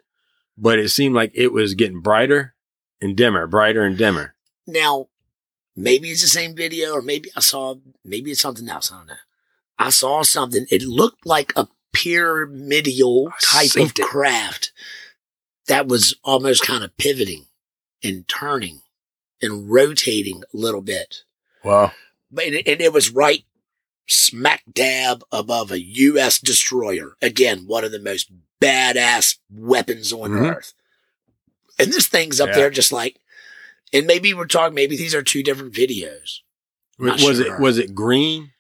S3: but it seemed like it was getting brighter and dimmer, brighter and dimmer.
S2: now, maybe it's the same video, or maybe I saw. Maybe it's something else. I don't know. I saw something. It looked like a pyramidal type of
S3: synced it.
S2: craft that was almost kind of pivoting and turning and rotating a little bit.
S3: Wow.
S2: but and, and it was right smack dab above a U.S. destroyer. Again, one of the most badass weapons on
S3: Mhm.
S2: earth. And this thing's up
S3: Yeah.
S2: there just like, and maybe we're talking. Maybe these are two different videos. Not
S3: was
S2: sure.
S3: it was it green?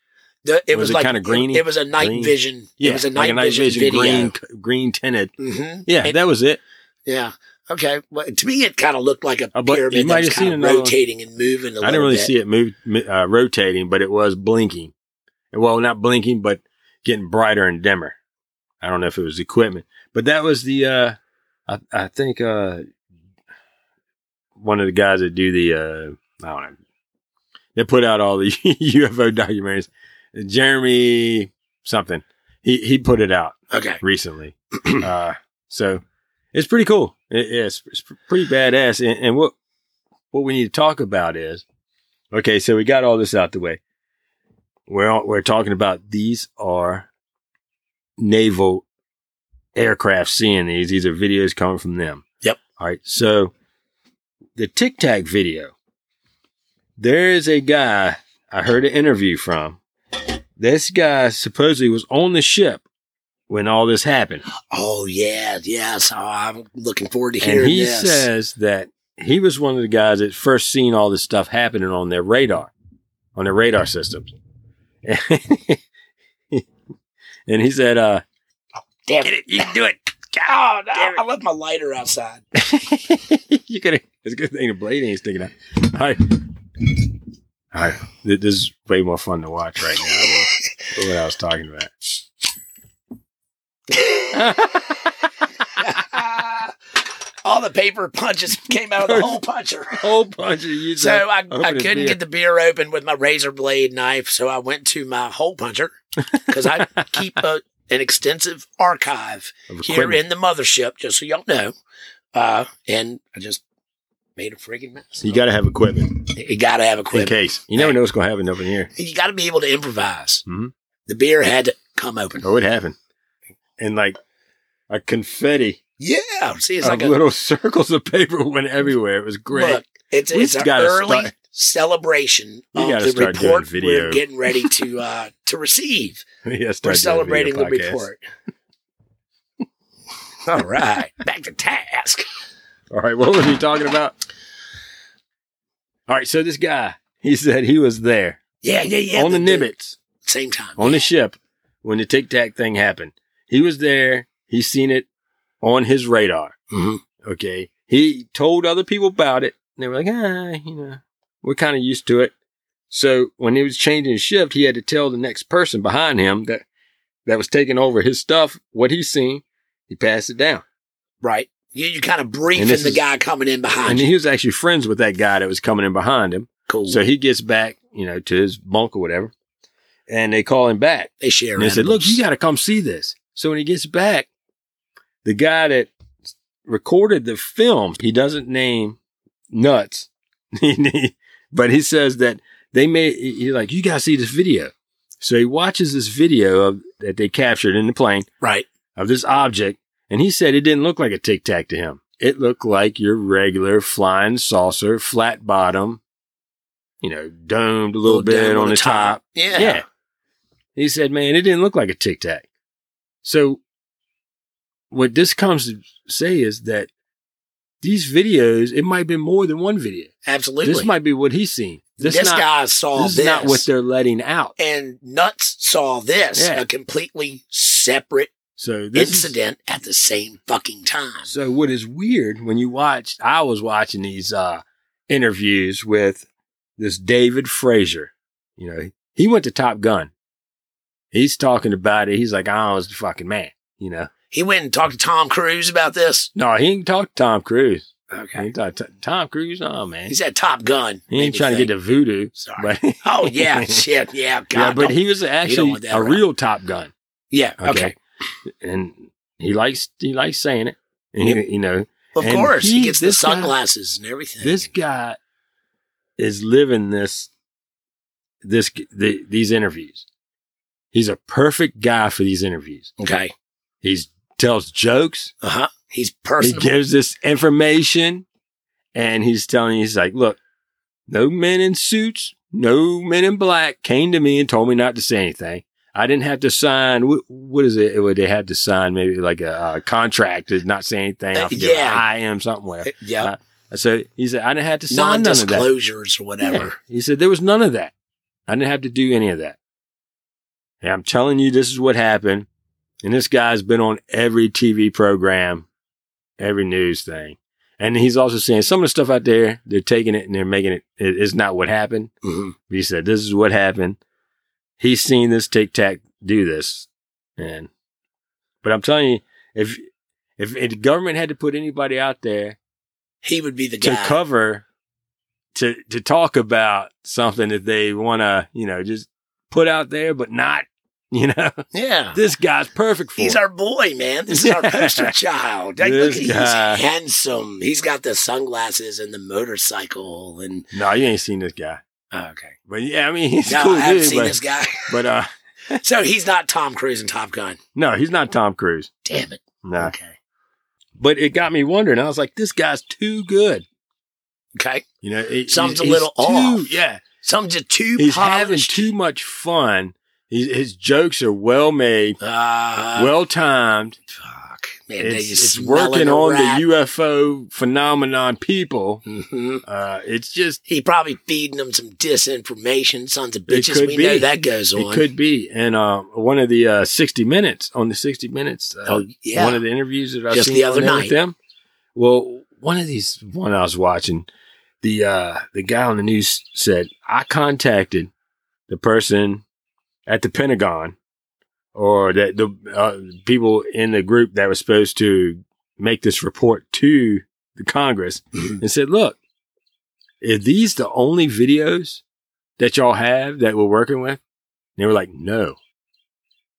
S2: The, it was,
S3: Was it
S2: like
S3: kinda greeny?
S2: It, it was a night
S3: Green?
S2: vision. it was a night,
S3: like
S2: vision, video.
S3: green green tinted.
S2: hmm
S3: Yeah,
S2: It-
S3: that was it.
S2: yeah. Okay. Well, to me, it kind of looked like a
S3: Uh, but you
S2: pyramid
S3: might
S2: that was
S3: have seen
S2: kind of
S3: another one.
S2: rotating and moving. I
S3: I didn't really see it move mi- uh, rotating, but it was blinking. Well, not blinking, but getting brighter and dimmer. I don't know if it was equipment, but that was the. Uh, I, I think uh, one of the guys that do the. Uh, I don't know. They put out all the UFO documentaries. Jeremy something. He he put it out
S2: Okay.
S3: recently. uh, so it's pretty cool. It- it's, it's pretty badass. And, and what what we need to talk about is okay. So we got all this out the way. We're all, we're talking about these are naval aircraft seeing these. These are videos coming from them.
S2: Yep.
S3: All right. So the Tic Tac video. There is a guy I heard an interview from. This guy supposedly was on the ship when all this happened.
S2: Oh yeah, yes. Oh, I'm looking forward to hearing
S3: And he
S2: this.
S3: says that he was one of the guys that first seen all this stuff happening on their radar, on their radar systems. and he said, uh,
S2: Damn
S5: Get it, you can do it.
S2: God, I, I left my lighter outside.
S3: you could. It's a good thing the blade ain't sticking out. All right, all right. Th- This is way more fun to watch right now than what I was talking about.
S2: All the paper punches came out of the hole puncher.
S3: Whole bunch of you.
S2: So I,
S3: Open
S2: I
S3: his
S2: couldn't
S3: beer.
S2: get the beer open with my razor blade knife, so I went to my hole puncher because I keep a, an extensive archive
S3: of
S2: here
S3: equipment.
S2: in the mothership, just so y'all know. Uh, and I just made a freaking mess.
S3: you got to have equipment
S2: you gotta have
S3: in
S2: equipment.
S3: case. You never know what's going to happen up in here.
S2: You gotta be able to improvise.
S3: Mhm.
S2: The beer had to come open.
S3: Oh, it happened. And like a confetti
S2: Yeah, see, it's
S3: of
S2: like a
S3: little circles of paper went everywhere. It was great.
S2: Look, it's
S3: We
S2: it's an
S3: gotta
S2: early
S3: start-
S2: celebration
S3: You
S2: of
S3: gotta
S2: the
S3: start doing
S2: report
S3: video.
S2: we're getting ready to uh, to receive.
S3: Yeah,
S2: we're
S3: start doing video
S2: celebrating the
S3: podcasts.
S2: report. All right, back to task.
S3: All right, what was he talking about? All right, so this guy, he said he was there
S2: Yeah, yeah, yeah.
S3: on the, nibbits
S2: same time.
S3: on the ship when the tic tac thing happened. He was there. He seen it on his radar.
S2: Mhm.
S3: Okay, he told other people about it, and they were like, ah, you know, we're kind of used to it. So when he was changing his shift, he had to tell the next person behind him that that was taking over his stuff what he seen. He passed it down,
S2: Right. You, you kind of
S3: And
S2: briefing
S3: this
S2: the
S3: is-
S2: guy coming in
S3: and
S2: behind you.
S3: he was actually friends with that guy that was coming in behind him.
S2: Cool.
S3: So he gets back, you know, to his bunk or whatever, and they call him back.
S2: they share.
S3: And they said, "Look,
S2: animals.
S3: you got to come see this." So when he gets back, the guy that recorded the film, he doesn't name nuts, but he says that they made. He's like, "You got to see this video." So he watches this video of, that they captured in the plane
S2: right.
S3: of this object, and he said it didn't look like a tic tac to him. It looked like your regular flying saucer, flat bottom, you know, domed a little, bit
S2: down
S3: on the top.
S2: Yeah.
S3: Yeah. He said, man, it didn't look like a tic tac. So what this comes to say is that these videos, it might have been more than one video.
S2: Absolutely.
S3: This might be what he's seen. This,
S2: this
S3: not,
S2: guy saw
S3: this
S2: this.
S3: is not what they're letting out.
S2: and Nuts saw this,
S3: Yeah.
S2: a completely separate
S3: So this is-
S2: incident at the same fucking time.
S3: so what is weird when you watch, I was watching these uh, interviews with this David Fraser. You know, he went to Top Gun. He's talking about it. He's like, I was the fucking man. You know,
S2: He went and talked to Tom Cruise about this.
S3: No, he ain't talk to Tom Cruise. He
S2: Okay.
S3: ain't talk to Tom Cruise, oh man.
S2: He's at Top Gun.
S3: he ain't trying to get the voodoo.
S2: Sorry.
S3: But
S2: Oh yeah, shit, yeah, God.
S3: yeah, but
S2: don't-
S3: he was actually
S2: want that
S3: a
S2: around.
S3: real Top Gun.
S2: yeah, okay.
S3: Okay. And he likes he likes saying it. And
S2: Yeah.
S3: he, you know,
S2: Of
S3: And
S2: course, he,
S3: he-
S2: gets the
S3: this guy-
S2: sunglasses and everything.
S3: this guy is living this this the, these interviews. He's a perfect guy for these interviews.
S2: okay,
S3: He's tells jokes.
S2: uh huh. He's
S3: he
S2: personal.
S3: gives this information and he's telling he's like look no men in suits no men in black came to me and told me not to say anything i didn't have to sign what, what is it would they have to sign maybe like a, uh contract to not say anything
S2: Uh,
S3: I forget,
S2: yeah.
S3: i am something whatever
S2: yeah,
S3: so he said i didn't have to sign Uh, none of that
S2: non-disclosures or whatever.
S3: Yeah. he said there was none of that i didn't have to do any of that yeah, i'm telling you this is what happened and this guy's been on every TV program, every news thing. And he's also saying some of the stuff out there, they're taking it and they're making it, it- it's not what happened.
S2: Mhm.
S3: But he said, this is what happened. He's seen this tic tac do this. And, but I'm telling you, if, if, if the government had to put anybody out there
S2: He would be the
S3: to
S2: guy.
S3: cover, to, to talk about something that they want to, you know, just put out there, but not, you know,
S2: yeah,
S3: this guy's perfect for
S2: he's
S3: it.
S2: our boy, man. This is our poster child. Like, look,
S3: This
S2: he's
S3: guy.
S2: handsome. He's got the sunglasses and the motorcycle. And oh,
S3: No, you ain't seen this guy.
S2: okay,
S3: But yeah, I mean, he's
S2: no,
S3: a cool
S2: I haven't
S3: dude.
S2: seen
S3: but,
S2: this guy.
S3: but uh,
S2: So he's not Tom Cruise in Top Gun.
S3: no, he's not Tom Cruise.
S2: Damn it.
S3: No.
S2: Okay.
S3: But it got me wondering. I was like, this guy's too good.
S2: Okay.
S3: You know, it,
S2: Something's a
S3: he's
S2: little
S3: too-
S2: off.
S3: Yeah,
S2: Some just too
S3: he's having
S2: polished.
S3: too much fun. He, his jokes are well made,
S2: uh,
S3: well timed.
S2: fuck, man,
S3: It's, it's working on the UFO phenomenon. People,
S2: hmm
S3: uh, it's just
S2: He probably feeding them some disinformation, sons of
S3: It
S2: bitches.
S3: could
S2: We
S3: be.
S2: know that goes
S3: it
S2: on.
S3: could be. And uh, one of the uh, sixty minutes on the sixty minutes. Uh,
S2: oh yeah,
S3: one of the interviews that I
S2: Just
S3: seen
S2: the other
S3: on there
S2: night.
S3: with them. Well, one of these one I was watching, the uh the guy on the news said I contacted the person at the Pentagon or that the uh, people in the group that was supposed to make this report to the Congress
S2: Mm-hmm.
S3: and said, "Look, are these the only videos that y'all have that we're working with?" And they were like, "No,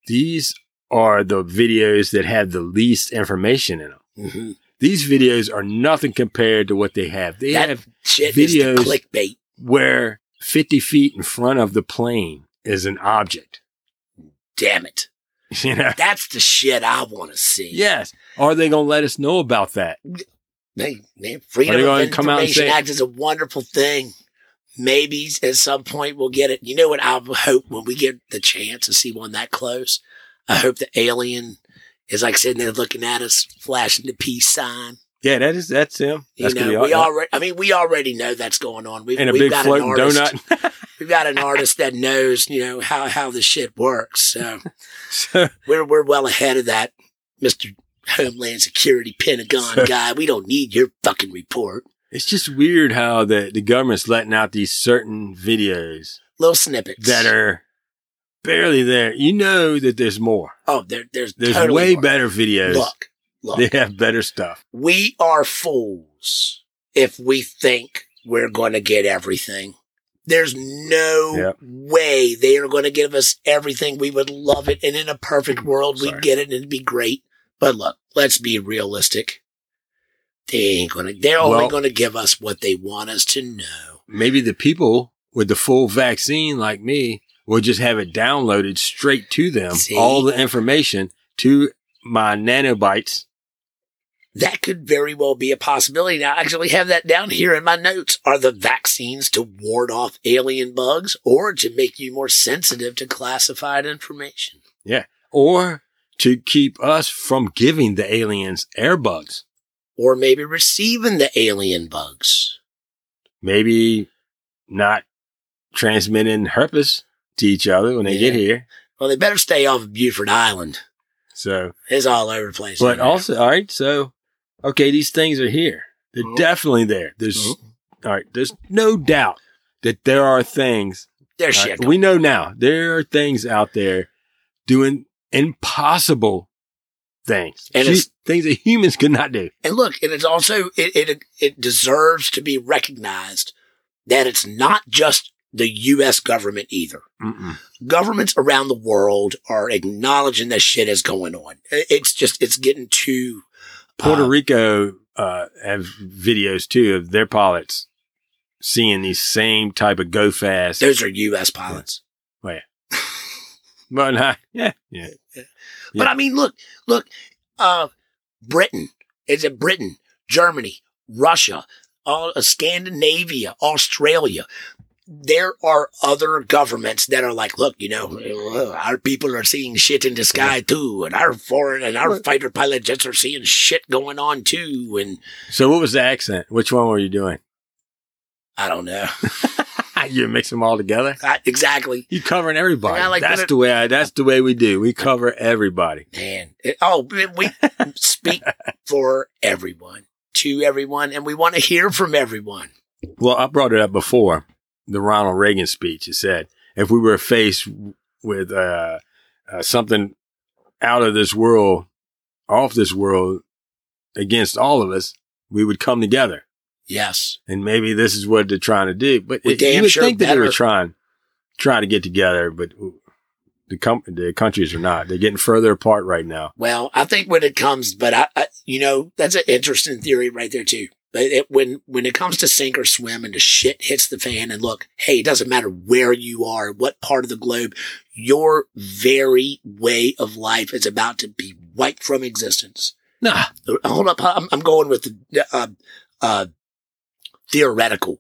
S3: these are the videos that have the least information in them.
S2: hmm
S3: These videos are nothing compared to what they have. They
S2: That-
S3: have
S2: shit
S3: videos-
S2: is the clickbait.
S3: where 50 feet in front of the plane is an object.
S2: Damn it,
S3: You know?
S2: that's the shit I want to see.
S3: Yes. Are they going to let us know about that?
S2: Hey, man,
S3: Are
S2: Freedom
S3: they
S2: of
S3: gonna
S2: Information
S3: come out and say-
S2: Act is a wonderful thing. Maybe at some point we'll get it. You know what? I hope when we get the chance to see one that close, I hope the alien is like sitting there looking at us, flashing the peace sign.
S3: Yeah, that is, that's him.
S2: You
S3: That's
S2: know,
S3: gonna be
S2: we
S3: all-
S2: already. I mean, we already know that's going on. We've,
S3: And a
S2: we've
S3: big
S2: got
S3: floating
S2: an artist.
S3: donut.
S2: We've got an artist that knows, you know, how how the shit works. So
S3: so,
S2: we're we're well ahead of that, Mister Homeland Security Pentagon guy. We don't need your fucking report.
S3: it's just weird how the, the government's letting out these certain videos.
S2: little snippets
S3: that are barely there. You know that there's more.
S2: Oh, there, there's
S3: There's
S2: totally
S3: way
S2: more.
S3: better videos.
S2: Look, look.
S3: They have better stuff.
S2: we are fools if we think we're going to get everything. There's no
S3: Yep.
S2: way they are going to give us everything. We would love it. And in a perfect world,
S3: Sorry.
S2: we'd get it and it'd be great. But look, let's be realistic. They ain't going to, they're only
S3: Well-
S2: going to give us what they want us to know.
S3: Maybe the people with the full vaccine, like me, will just have it downloaded straight to them,
S2: See?
S3: all the information to my nanobytes.
S2: That could very well be a possibility. Now, I actually have that down here in my notes. Are the vaccines to ward off alien bugs or to make you more sensitive to classified information?
S3: or to keep us from giving the aliens airbugs.
S2: or maybe receiving the alien bugs.
S3: Maybe not transmitting herpes to each other when they get
S2: Yeah.
S3: here.
S2: Well, they better stay off of Buford Island.
S3: So,
S2: It's all over the place.
S3: but also, all right. So, okay, these things are here. They're
S2: Mhm.
S3: definitely there. There's
S2: Mhm.
S3: all right. There's no doubt that there are things.
S2: there's
S3: all
S2: shit.
S3: right, we know now there are things out there doing impossible things,
S2: And
S3: Hu-
S2: it's-
S3: things that humans could not do.
S2: and look, and it's also it, it it deserves to be recognized that it's not just the U.S. government either.
S3: Mm-mm.
S2: Governments around the world are acknowledging that shit is going on. I- It's just it's getting too
S3: Puerto
S2: uh,
S3: Rico uh, have videos too of their pilots seeing these same type of go fast.
S2: Those are U.S. pilots.
S3: But not, yeah, yeah.
S2: But
S3: Yeah.
S2: I mean, look, look, uh, Britain, is it Britain, Germany, Russia, all, uh, Scandinavia, Australia? There are other governments that are like, look, you know, uh, our people are seeing shit in the sky too, and our foreign and our fighter pilot jets are seeing shit going on too, and
S3: So what was the accent? Which one were you doing?
S2: I don't know,
S3: you mix them all together.
S2: I, exactly.
S3: You covering everybody.
S2: Yeah, like
S3: that's
S2: when it-
S3: the way. I, that's the way we do. We cover everybody.
S2: Man, it- oh, we speak for everyone, to everyone, and we want to hear from everyone.
S3: Well, I brought it up before the Ronald Reagan speech. It said if we were faced with uh, uh, something out of this world, off this world, against all of us, we would come together.
S2: Yes.
S3: And maybe this is what they're trying to do. But
S2: We're
S3: it,
S2: damn
S3: you would
S2: sure
S3: think that they were
S2: better-
S3: trying, trying to get together, but the com- the countries are not. They're getting further apart right now.
S2: Well, I think when it comes, but I, I you know, that's an interesting theory right there too. But it, when when it comes to sink or swim and the shit hits the fan, and look, hey, it doesn't matter where you are, what part of the globe, your very way of life is about to be wiped from existence.
S3: Nah,
S2: Hold up, I'm, I'm going with the uh, uh, theoretical.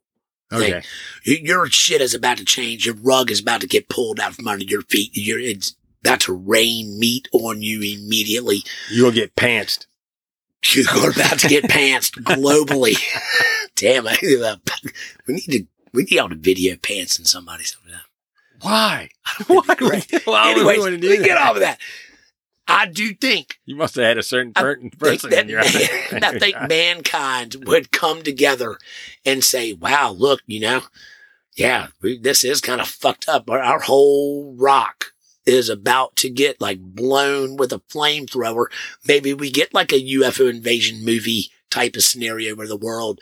S3: okay.
S2: Like, y- Your shit is about to change. Your rug is about to get pulled out from under your feet. You're, it's about to rain meat on you immediately.
S3: You'll get pantsed.
S2: you are about to get pantsed globally. Damn, I, we need to we need all the video pants and somebody sometime.
S3: Why? Why?
S2: That'd be great. Anyways, we get off of that. I do think,
S3: You must have had a certain
S2: I
S3: per-
S2: think
S3: person
S2: that
S3: in your eye.
S2: man- I think mankind would come together and say, "Wow, look, you know, yeah, we, this is kind of fucked up. Our, our whole rock is about to get like blown with a flamethrower. Maybe we get like a UFO invasion movie type of scenario where the world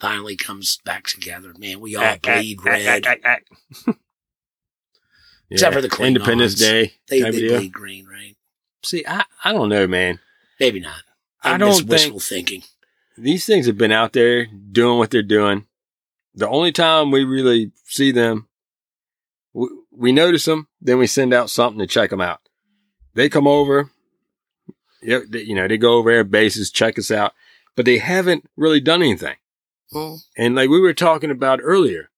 S2: finally comes back together. Man, we all
S3: Ack, ack,
S2: bleed
S3: ack,
S2: red.
S3: ack, ack, ack.
S2: Except for the Klingons.
S3: Independence Day.
S2: They,
S3: type
S2: they
S3: deal.
S2: bleed green, right?
S3: See, I, I don't know, man.
S2: Maybe not.
S3: I
S2: I'm just
S3: don't
S2: wishful thinking.
S3: These things have been out there doing what they're doing. The only time we really see them, we, we notice them, then we send out something to check them out. They come over, yeah, they- you know, they go over air bases, check us out, but they haven't really done anything.
S2: Hmm.
S3: And like we were talking about earlier,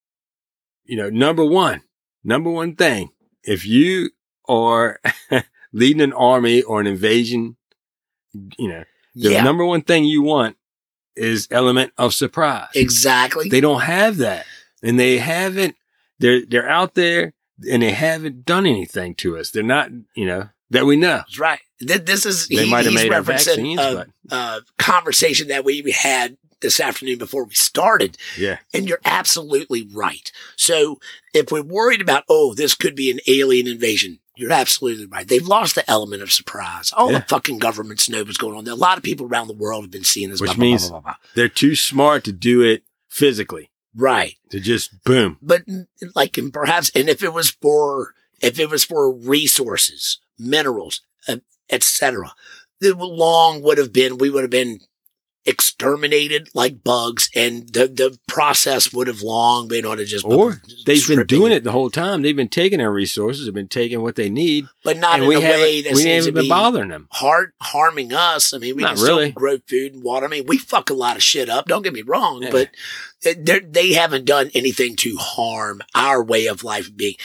S3: you know, number one, number one thing, if you are leading an army or an invasion, you know, the
S2: Yeah,
S3: number one thing you want is element of surprise.
S2: exactly.
S3: They don't have that. And they haven't they're they're out there and they haven't done anything to us. They're not, you know, that we know.
S2: That's right. Th- This is
S3: They
S2: he-
S3: might have
S2: he's uh,
S3: made our
S2: referencing
S3: vaccines,
S2: a,
S3: but
S2: a conversation that we had this afternoon before we started.
S3: Yeah.
S2: And you're absolutely right. So if we're worried about, oh, this could be an alien invasion, you're absolutely right. They've lost the element of surprise. All
S3: Yeah.
S2: the fucking governments know what's going on. A lot of people around the world have been seeing this.
S3: Which
S2: blah, blah, blah,
S3: means-
S2: blah, blah, blah.
S3: They're too smart to do it physically,
S2: right.
S3: to just boom.
S2: But mm, like, and perhaps, and if it was for, if it was for resources, minerals, etc., the long would have been, we would have been exterminated like bugs and the, the process would have long been on to just
S3: Or They've been
S2: stripping-
S3: doing it the whole time. They've been taking our resources, they've been taking what they need,
S2: but not
S3: and
S2: in
S3: we
S2: a way
S3: haven't,
S2: that
S3: we
S2: seems to
S3: haven't been
S2: be
S3: bothering them.
S2: hard harming us. I mean, we
S3: Not
S2: can still
S3: really.
S2: grow food and water. I mean, we fuck a lot of shit up. Don't get me wrong,
S3: Yeah.
S2: but they they haven't done anything to harm our way of life being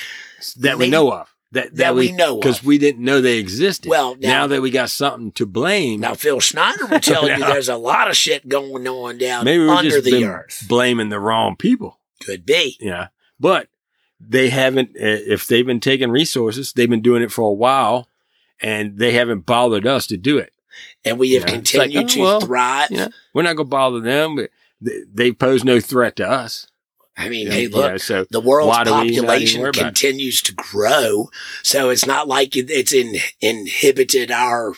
S3: that we
S2: Maybe-
S3: know of. That, that,
S2: that we know of.
S3: Because we didn't know they existed.
S2: Well,
S3: now,
S2: now-
S3: that we got something to blame,
S2: Now, Phil Schneider will tell you
S3: Yeah.
S2: there's a lot of shit going on down
S3: maybe we're
S2: uh, under
S3: just
S2: the
S3: been
S2: earth.
S3: blaming the wrong people.
S2: Could be.
S3: Yeah. But they haven't, uh, if they've been taking resources, they've been doing it for a while and they haven't bothered us to do it.
S2: And we have
S3: Yeah. It's like,
S2: continued
S3: oh,
S2: to
S3: well,
S2: thrive.
S3: You know, we're not going to bother them, but they, they pose no threat to us.
S2: I mean,
S3: You
S2: hey,
S3: know,
S2: look,
S3: so
S2: the world's
S3: Why do we not even worry
S2: population
S3: about it?
S2: continues to grow. So it's not like it, it's in, inhibited our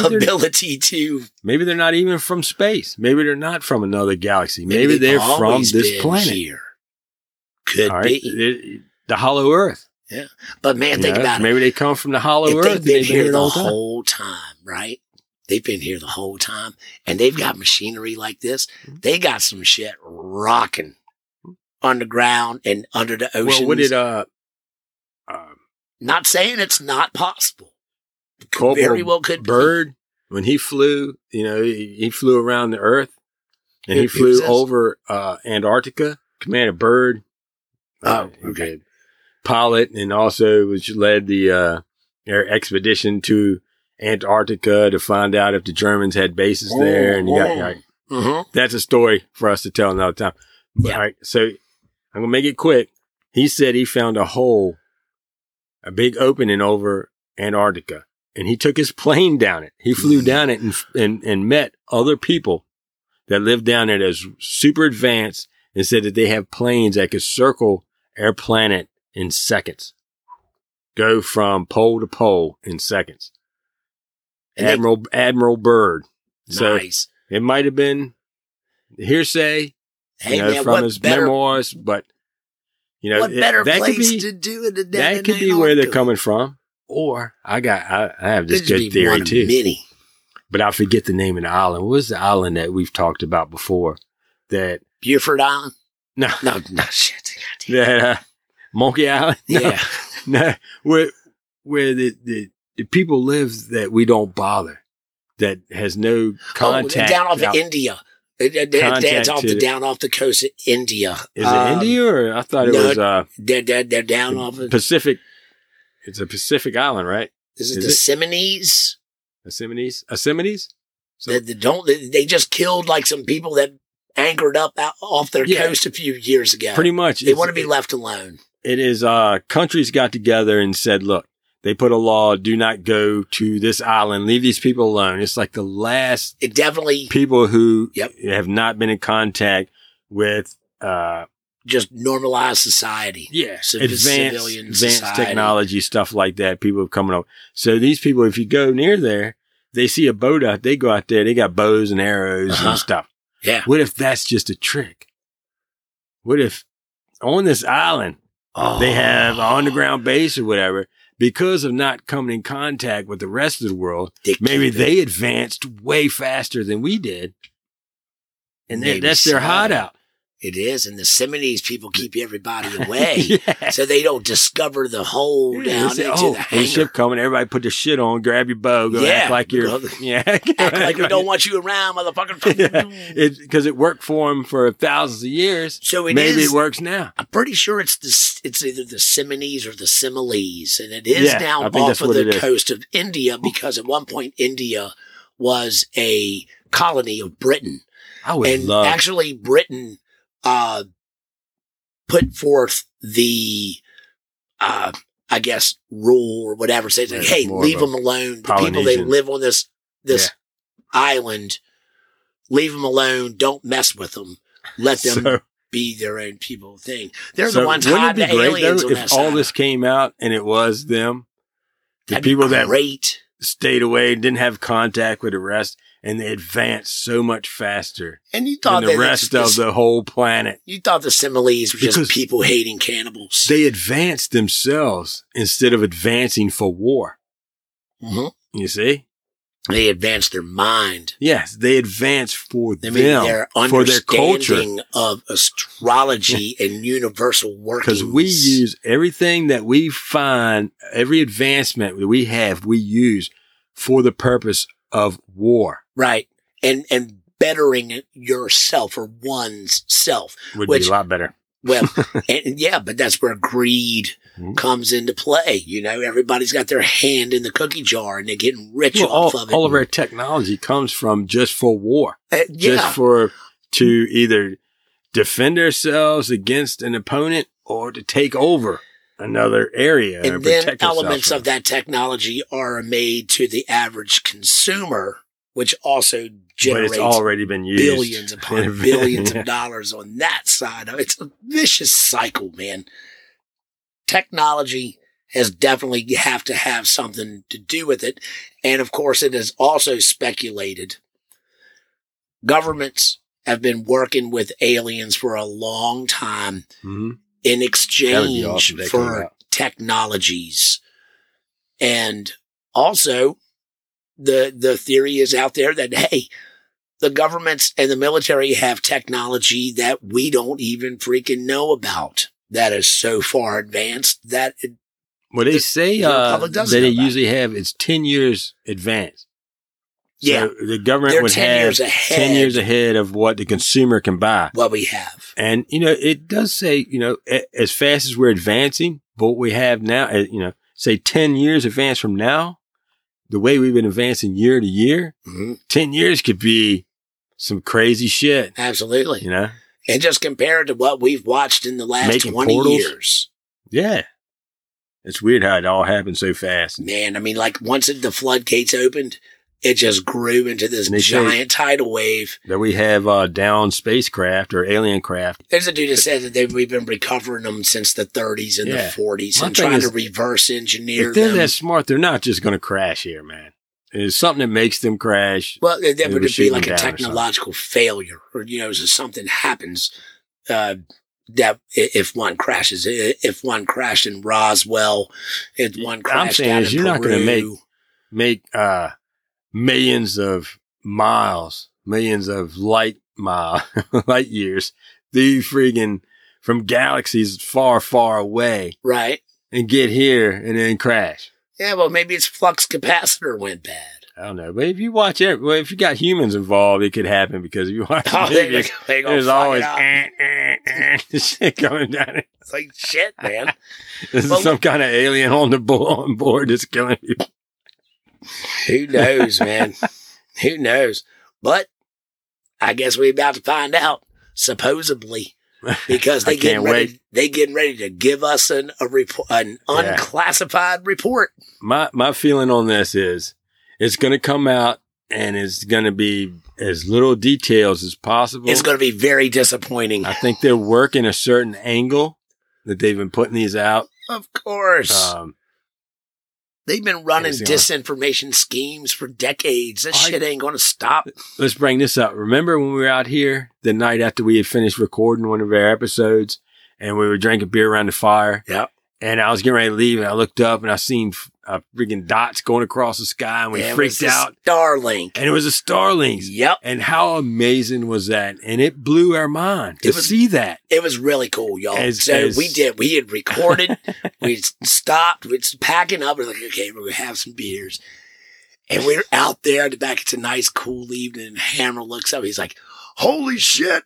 S3: they're,
S2: ability to.
S3: maybe they're not even from space. Maybe they're not from another galaxy. Maybe, they're
S2: they've
S3: from
S2: always
S3: this
S2: been
S3: planet.
S2: Here. Could
S3: All right.
S2: be.
S3: The- the hollow earth.
S2: But man, think
S3: Yeah,
S2: about it.
S3: Maybe they come from the hollow
S2: If
S3: earth.
S2: they've
S3: and
S2: been
S3: been
S2: here
S3: all
S2: the
S3: time.
S2: whole time, right? They've been here the whole time and they've got machinery like this. They got some shit rocking underground and under the
S3: Well,
S2: ocean.
S3: what did uh, uh
S2: Not saying it's not possible.
S3: Corporal
S2: Very well could be.
S3: Bird when he flew? You know, he, he flew around the Earth, and
S2: It-
S3: he
S2: it
S3: flew
S2: exists.
S3: over uh Antarctica. Commander Bird.
S2: Oh,
S3: he
S2: okay.
S3: did. Pilot, and also which led the uh air expedition to Antarctica to find out if the Germans had bases there, and he got Mm-hmm.
S2: Oh,
S3: like,
S2: Mhm.
S3: that's a story for us to tell another time.
S2: Yeah.
S3: All right, so I'm gonna make it quick. He said he found a hole, a big opening over Antarctica, and he took his plane down it. He
S2: Mm.
S3: flew down it and and, and met other people that lived down there that's super advanced, and said that they have planes that could circle our planet in seconds, go from pole to pole in seconds.
S2: And they-
S3: Admiral Admiral Byrd. So
S2: nice.
S3: it might have been hearsay,
S2: Hey,
S3: you know,
S2: man,
S3: from
S2: what
S3: his
S2: better,
S3: memoirs, but you know,
S2: what
S3: it-
S2: better
S3: that
S2: place
S3: could be
S2: to do it than
S3: that
S2: in
S3: could be where they're
S2: Antarctica?
S3: coming from. Or I got I, I have this
S2: Could just
S3: good
S2: be one
S3: theory
S2: of
S3: too,
S2: Many.
S3: but I forget the name of the island. What was the island that we've talked about before? That
S2: Buford Island?
S3: no,
S2: No, no shit.
S3: that uh, Monkey Island. No,
S2: Yeah.
S3: no, where where the, the the people live that we don't bother, that has no
S2: Oh,
S3: contact.
S2: down off
S3: out-
S2: of India. It- it- it-
S3: Contact
S2: It's off
S3: to
S2: the
S3: the-
S2: down off the coast of India.
S3: Is it
S2: Um,
S3: India or I thought it
S2: no,
S3: was uh,
S2: They're, they're, they're down off of
S3: Pacific. It's a Pacific island, right?
S2: is it
S3: is
S2: the
S3: it?
S2: Semites?
S3: Asimides? Asimides? So-
S2: that, that don't they, they just killed like some people that anchored up out, off their
S3: Yeah.
S2: coast a few years ago.
S3: Pretty much.
S2: they
S3: it's-
S2: want to be left alone.
S3: It is uh, countries got together and said, look, they put a law, do not go to this island, leave these people alone. It's like the last
S2: It definitely
S3: people who
S2: Yep.
S3: have not been in contact with uh,
S2: just normalized society.
S3: yeah,
S2: Civ-
S3: advanced,
S2: civilian
S3: advanced
S2: society.
S3: technology, stuff like that. People coming up. So these people, if you go near there, they see a boat out, they go out there, they got bows and arrows
S2: Uh-huh.
S3: and stuff.
S2: Yeah.
S3: What if that's just a trick? What if on this island
S2: Oh.
S3: they have an underground base or whatever? Because of not coming in contact with the rest of the world,
S2: They
S3: maybe
S2: keep it.
S3: they advanced way faster than we did. And that
S2: Maybe
S3: that's their
S2: so.
S3: hideout.
S2: It is, and the Semites people keep everybody away,
S3: Yeah.
S2: so they don't discover the hole
S3: Yeah,
S2: down
S3: they say,
S2: into
S3: oh,
S2: the
S3: there's
S2: hangar.
S3: ship coming. Everybody put their shit on. Grab your bow. Go
S2: Yeah,
S3: act like you're.
S2: brother.
S3: Yeah,
S2: Act like we don't want you around, motherfucker.
S3: Because it worked for them for thousands of years.
S2: so it is.
S3: Maybe it works now.
S2: I'm pretty sure it's the s- it's either the Semites or the Similes, and it is
S3: Yeah,
S2: now
S3: I
S2: off
S3: think that's
S2: of
S3: what it
S2: the
S3: is.
S2: coast of India because at one point India was a colony of Britain,
S3: I would
S2: and
S3: love.
S2: actually Britain uh, put forth the uh, I guess rule or whatever says like,
S3: Yeah,
S2: hey,
S3: more
S2: leave
S3: of a
S2: them alone. The people they
S3: Polynesian.
S2: live on this this island Leave them alone. Don't mess with them. Let them
S3: So-
S2: be their own people thing. They're
S3: so
S2: the ones
S3: wouldn't it
S2: hiding
S3: be
S2: the
S3: great
S2: aliens
S3: though,
S2: on
S3: if
S2: that
S3: all
S2: side.
S3: this came out and it was them? The
S2: That'd be
S3: people that
S2: great.
S3: stayed away and didn't have contact with the rest and they advanced so much faster
S2: And you thought
S3: than the
S2: that
S3: rest
S2: this-
S3: of the whole planet.
S2: You thought the similes were
S3: Because-
S2: just people hating cannibals.
S3: They advanced themselves instead of advancing for war.
S2: Mhm.
S3: You see?
S2: They advanced their mind.
S3: Yes, they advanced for
S2: They
S3: them,
S2: made their
S3: for their culture.
S2: understanding of astrology and universal workings.
S3: Because we use everything that we find, every advancement that we have, we use for the purpose of war.
S2: right and and bettering yourself or one's self.
S3: Would
S2: Which-
S3: be a lot better.
S2: Well, and, yeah, but that's where greed
S3: Mhm.
S2: comes into play. You know, everybody's got their hand in the cookie jar and they're getting rich
S3: Well,
S2: off
S3: all,
S2: of it.
S3: all of our technology comes from just for war.
S2: Uh, yeah,
S3: just for to either defend ourselves against an opponent or to take over another area or
S2: and then
S3: protect ourselves
S2: elements
S3: from.
S2: of that technology are made to the average consumer, which also
S3: But
S2: generates
S3: it's already been used
S2: billions upon
S3: Yeah.
S2: billions of dollars on that side of it. It's a vicious cycle, man. Technology has definitely you have to have something to do with it. And of course, it is also speculated. Governments have been working with aliens for a long time
S3: Mhm.
S2: in
S3: That would be
S2: exchange
S3: awesome if that came
S2: for
S3: out.
S2: technologies. And also the the theory is out there that hey, the governments and the military have technology that we don't even freaking know about that is so far advanced that it,
S3: Well, they say
S2: the
S3: uh,
S2: public
S3: that
S2: doesn't
S3: they
S2: know that.
S3: usually have it's ten years advanced. So
S2: yeah,
S3: the government
S2: they're
S3: would
S2: 10
S3: have
S2: years ahead
S3: ten years ahead of what the consumer can buy.
S2: what we have.
S3: And you know, it does say you know a- as fast as we're advancing, but what we have now, uh, you know, say ten years advance from now, the way we've been advancing year to year,
S2: Mhm.
S3: ten years could be some crazy shit.
S2: Absolutely.
S3: You know,
S2: And just compare it to what we've watched in the last
S3: Making
S2: 20
S3: portals?
S2: years.
S3: yeah, it's weird how it all happened so fast.
S2: man, I mean, like once it, the floodgates opened, it just grew into this
S3: And they say-
S2: giant tidal wave.
S3: That we have uh, down spacecraft or alien craft.
S2: There's a dude that said that they, we've been recovering them since the 30s and
S3: Yeah.
S2: the 40s
S3: My
S2: and
S3: thing
S2: trying
S3: is,
S2: to reverse engineer
S3: If they're
S2: them.
S3: that smart, they're not just going to crash here, man. It's something that makes them crash.
S2: well, that- that
S3: they
S2: would
S3: were
S2: just be
S3: shooting
S2: like a
S3: them down or
S2: technological failure, or you know, so something happens uh, that i- if one crashes, i- if one crashed in Roswell, if
S3: Yeah,
S2: one
S3: I'm
S2: crashed
S3: saying
S2: down
S3: is
S2: in
S3: you're not gonna
S2: Peru,
S3: make- make uh, millions of miles, millions of light mile, light years, these friggin' from galaxies far, far away,
S2: right?
S3: and get here and then crash.
S2: Yeah, well, maybe its flux capacitor went bad.
S3: I don't know, but if you watch it, well, if you got humans involved, it could happen because if you watch,
S2: Oh, they,
S3: videos,
S2: they gonna
S3: there's
S2: fuck it
S3: always
S2: up.
S3: eh, eh, eh, shit coming down. it.
S2: It's like shit, man.
S3: This
S2: Well-
S3: is some kind of alien on the bo- on board that's killing you.
S2: Who knows, man? Who knows? But I guess we're about to find out, supposedly, because
S3: I
S2: they getting
S3: can't
S2: ready. They getting ready to give us an a report, an
S3: Yeah.
S2: unclassified report.
S3: my my feeling on this is it's going to come out and it's going to be as little details as possible.
S2: It's going to be very disappointing.
S3: I think they're working a certain angle that they've been putting these out.
S2: of course,
S3: Um,
S2: they've been running
S3: it's gonna-
S2: disinformation schemes for decades. This
S3: I-
S2: shit ain't going to stop.
S3: let's bring this up. Remember when we were out here the night after we had finished recording one of our episodes and we were drinking beer around the fire?
S2: Yep.
S3: And I was getting ready to leave and I looked up and I seen uh, freaking dots going across the sky and we
S2: Yeah, it was
S3: freaked
S2: the
S3: out.
S2: Starlink.
S3: And it was a Starlings.
S2: Yep,
S3: And how amazing was that? And it blew our mind to
S2: It was-
S3: see that.
S2: it was really cool, y'all.
S3: As-
S2: so
S3: as-
S2: we did. We had recorded. we stopped. We was packing up. We're like, okay, we're gonna have some beers, and we're out there in the back. It's a nice, cool evening. And Hammer looks up. He's like, "Holy shit!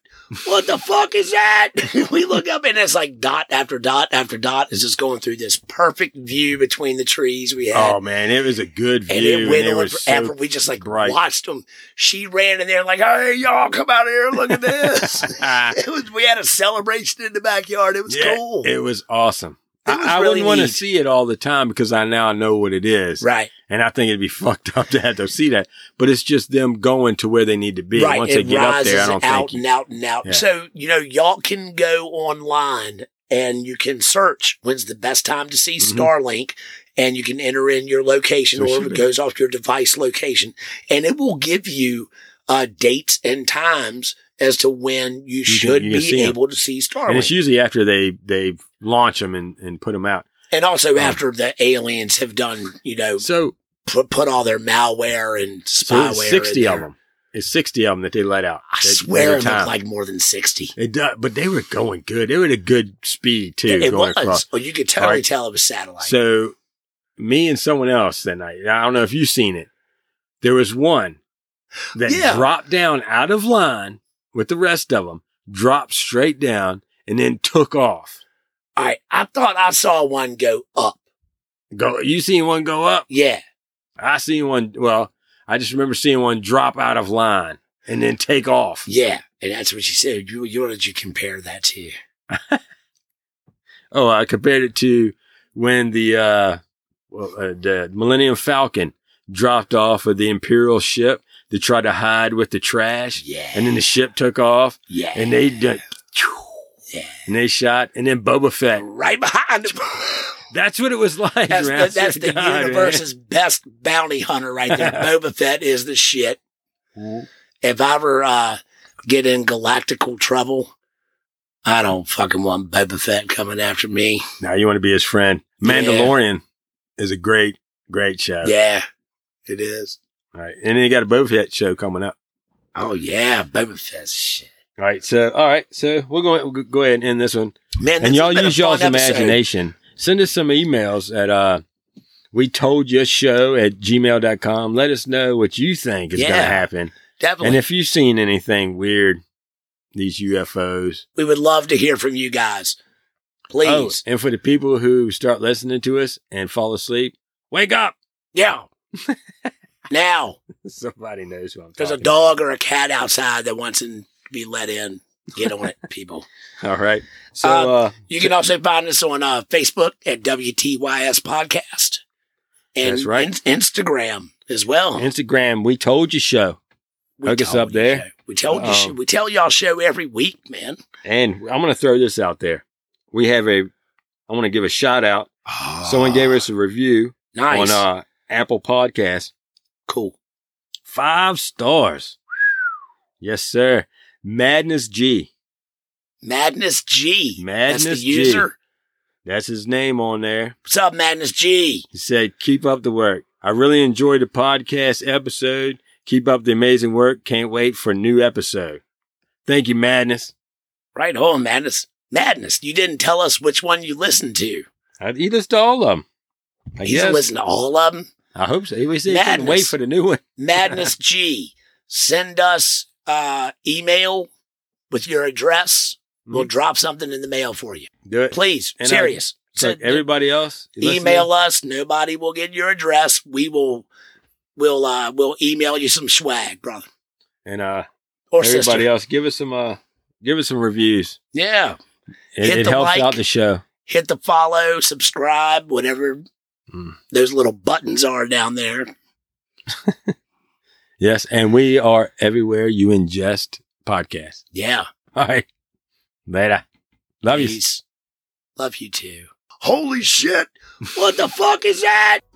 S2: What the fuck is that?" we look up, and it's like dot after dot after dot is just going through this perfect view between the trees we had.
S3: Oh man, it was a good view.
S2: and it went
S3: they
S2: on
S3: were
S2: forever.
S3: so
S2: we just like
S3: bright.
S2: watched them. She ran in there like, "Hey, y'all, come out here! Look at this!" it was we had a celebration in the backyard. It was
S3: Yeah,
S2: cool.
S3: It was awesome.
S2: It was
S3: I, I
S2: really
S3: wouldn't want to
S2: neat.
S3: see it all the time because I now know what it is.
S2: Right.
S3: And I think it'd be fucked up to have to see that. But it's just them going to where they need to be.
S2: right.
S3: Once
S2: it
S3: they get up
S2: rises
S3: there, I don't
S2: out
S3: think. you-
S2: and out and out.
S3: Yeah.
S2: So, you know, y'all can go online and you can search when's the best time to see
S3: Mhm.
S2: Starlink and you can enter in your location
S3: So it
S2: or
S3: should
S2: if it
S3: be.
S2: goes off your device location and it will give you uh, dates and times as to when you,
S3: can-
S2: should
S3: you can see
S2: be
S3: 'em.
S2: able to see
S3: and it's
S2: Starlink.
S3: usually after they, they launch them and, and put them out.
S2: And also
S3: Um,
S2: after the aliens have done, you know,
S3: So,
S2: put, put all their malware and
S3: so
S2: spyware.
S3: it's
S2: in
S3: 60 of
S2: there.
S3: them. It's 60 of them that they let out.
S2: I
S3: at- at a
S2: swear it
S3: time.
S2: looked like more than 60.
S3: It does, but they were going good. They were at a good speed too,
S2: It, it
S3: going
S2: was.
S3: across.
S2: Well, you could totally
S3: Alright.
S2: tell it was satellite.
S3: So, me and someone else that night. I don't know if you've seen it. There was one that
S2: Yeah.
S3: dropped down out of line with the rest of them, dropped straight down, and then took off.
S2: All right, I thought I saw one go up.
S3: Go. You seen one go up?
S2: Yeah,
S3: I seen one. Well, I just remember seeing one drop out of line and then take off.
S2: yeah, and that's what she said. You, you what did you compare that to?
S3: Oh, I compared it to when the uh, well, uh, the Millennium Falcon dropped off of the Imperial ship to try to hide with the trash,
S2: Yeah,
S3: and then the ship took off,
S2: yeah,
S3: and they done,
S2: Yeah.
S3: and they shot, and then Boba Fett.
S2: right behind them.
S3: That's what it was like.
S2: that's
S3: man. I
S2: the, that's
S3: swear
S2: the
S3: to God, man.
S2: universe's best bounty hunter right there. Boba Fett is the shit. If I ever uh, get in galactical trouble, I don't fucking want Boba Fett coming after me.
S3: Now you want to be his friend. Mandalorian is a great, great show.
S2: Yeah, it is.
S3: All right, and then you got a Boba Fett show coming up.
S2: Oh yeah, Boba Fett's shit.
S3: All right, so all right, so we're going to go ahead and end this one.
S2: Man,
S3: and
S2: this
S3: y'all
S2: has been a
S3: use y'all's
S2: fun episode.
S3: imagination. Send us some emails at uh we told your show at gmail.com. Let us know what you think is
S2: Yeah, Oh,
S3: gonna happen.
S2: Definitely.
S3: And if you've seen anything weird, these UFOs.
S2: We would love to hear from you guys. Please.
S3: Oh, and for the people who start listening to us and fall asleep, wake up.
S2: Yeah. now,
S3: Somebody knows who I'm
S2: there's a
S3: talking
S2: dog or a cat outside that wants in- to be let in. Get on it, people.
S3: about. All right. So
S2: Uh,
S3: uh,
S2: You can also find us on uh, Facebook at WTYS Podcast and
S3: That's right.
S2: in- Instagram as well.
S3: uh, Instagram, we told your show.
S2: We
S3: hook us
S2: told
S3: up
S2: you
S3: there.
S2: show. We told you
S3: Um,
S2: show. we tell y'all show every week, man.
S3: And I'm gonna throw this out there. We have a I want to give a shout out. Someone gave us a review
S2: Ah, nice.
S3: on uh, Apple Podcast.
S2: cool.
S3: Five stars. yes, sir. Madness G.
S2: Madness G. That's
S3: Madness
S2: the
S3: G.
S2: user.
S3: That's his name on there.
S2: What's up, Madness G?
S3: He said, Keep up the work. I really enjoyed the podcast episode. Keep up the amazing work. Can't wait for a new episode. Thank you, Madness.
S2: Right on, Madness. Madness, you didn't tell us which one you listened to.
S3: I, he listened to all of them. I
S2: He's
S3: guess.
S2: listened to all of them.
S3: I hope so. He was he couldn't
S2: Madness.
S3: wait for the new one.
S2: Madness G, send us uh, email with your address. We'll drop something in the mail for you.
S3: Do it.
S2: Please,
S3: Mm-hmm. And I-
S2: serious.
S3: So
S2: Send-
S3: everybody else, you listening?
S2: email us. Nobody will get your address. We will, will, uh, will email you some swag, brother
S3: and uh,
S2: or
S3: everybody
S2: sister.
S3: else, give us some uh, give us some reviews.
S2: Yeah. Hit
S3: It, it
S2: the
S3: helps
S2: like.
S3: out the show.
S2: Hit the follow, subscribe, whatever
S3: Mm.
S2: those little buttons are down there.
S3: Yes, and we are everywhere you ingest podcasts.
S2: Yeah.
S3: All right. Later. Love you.
S2: Peace. Love you too. Holy shit. What the fuck is that?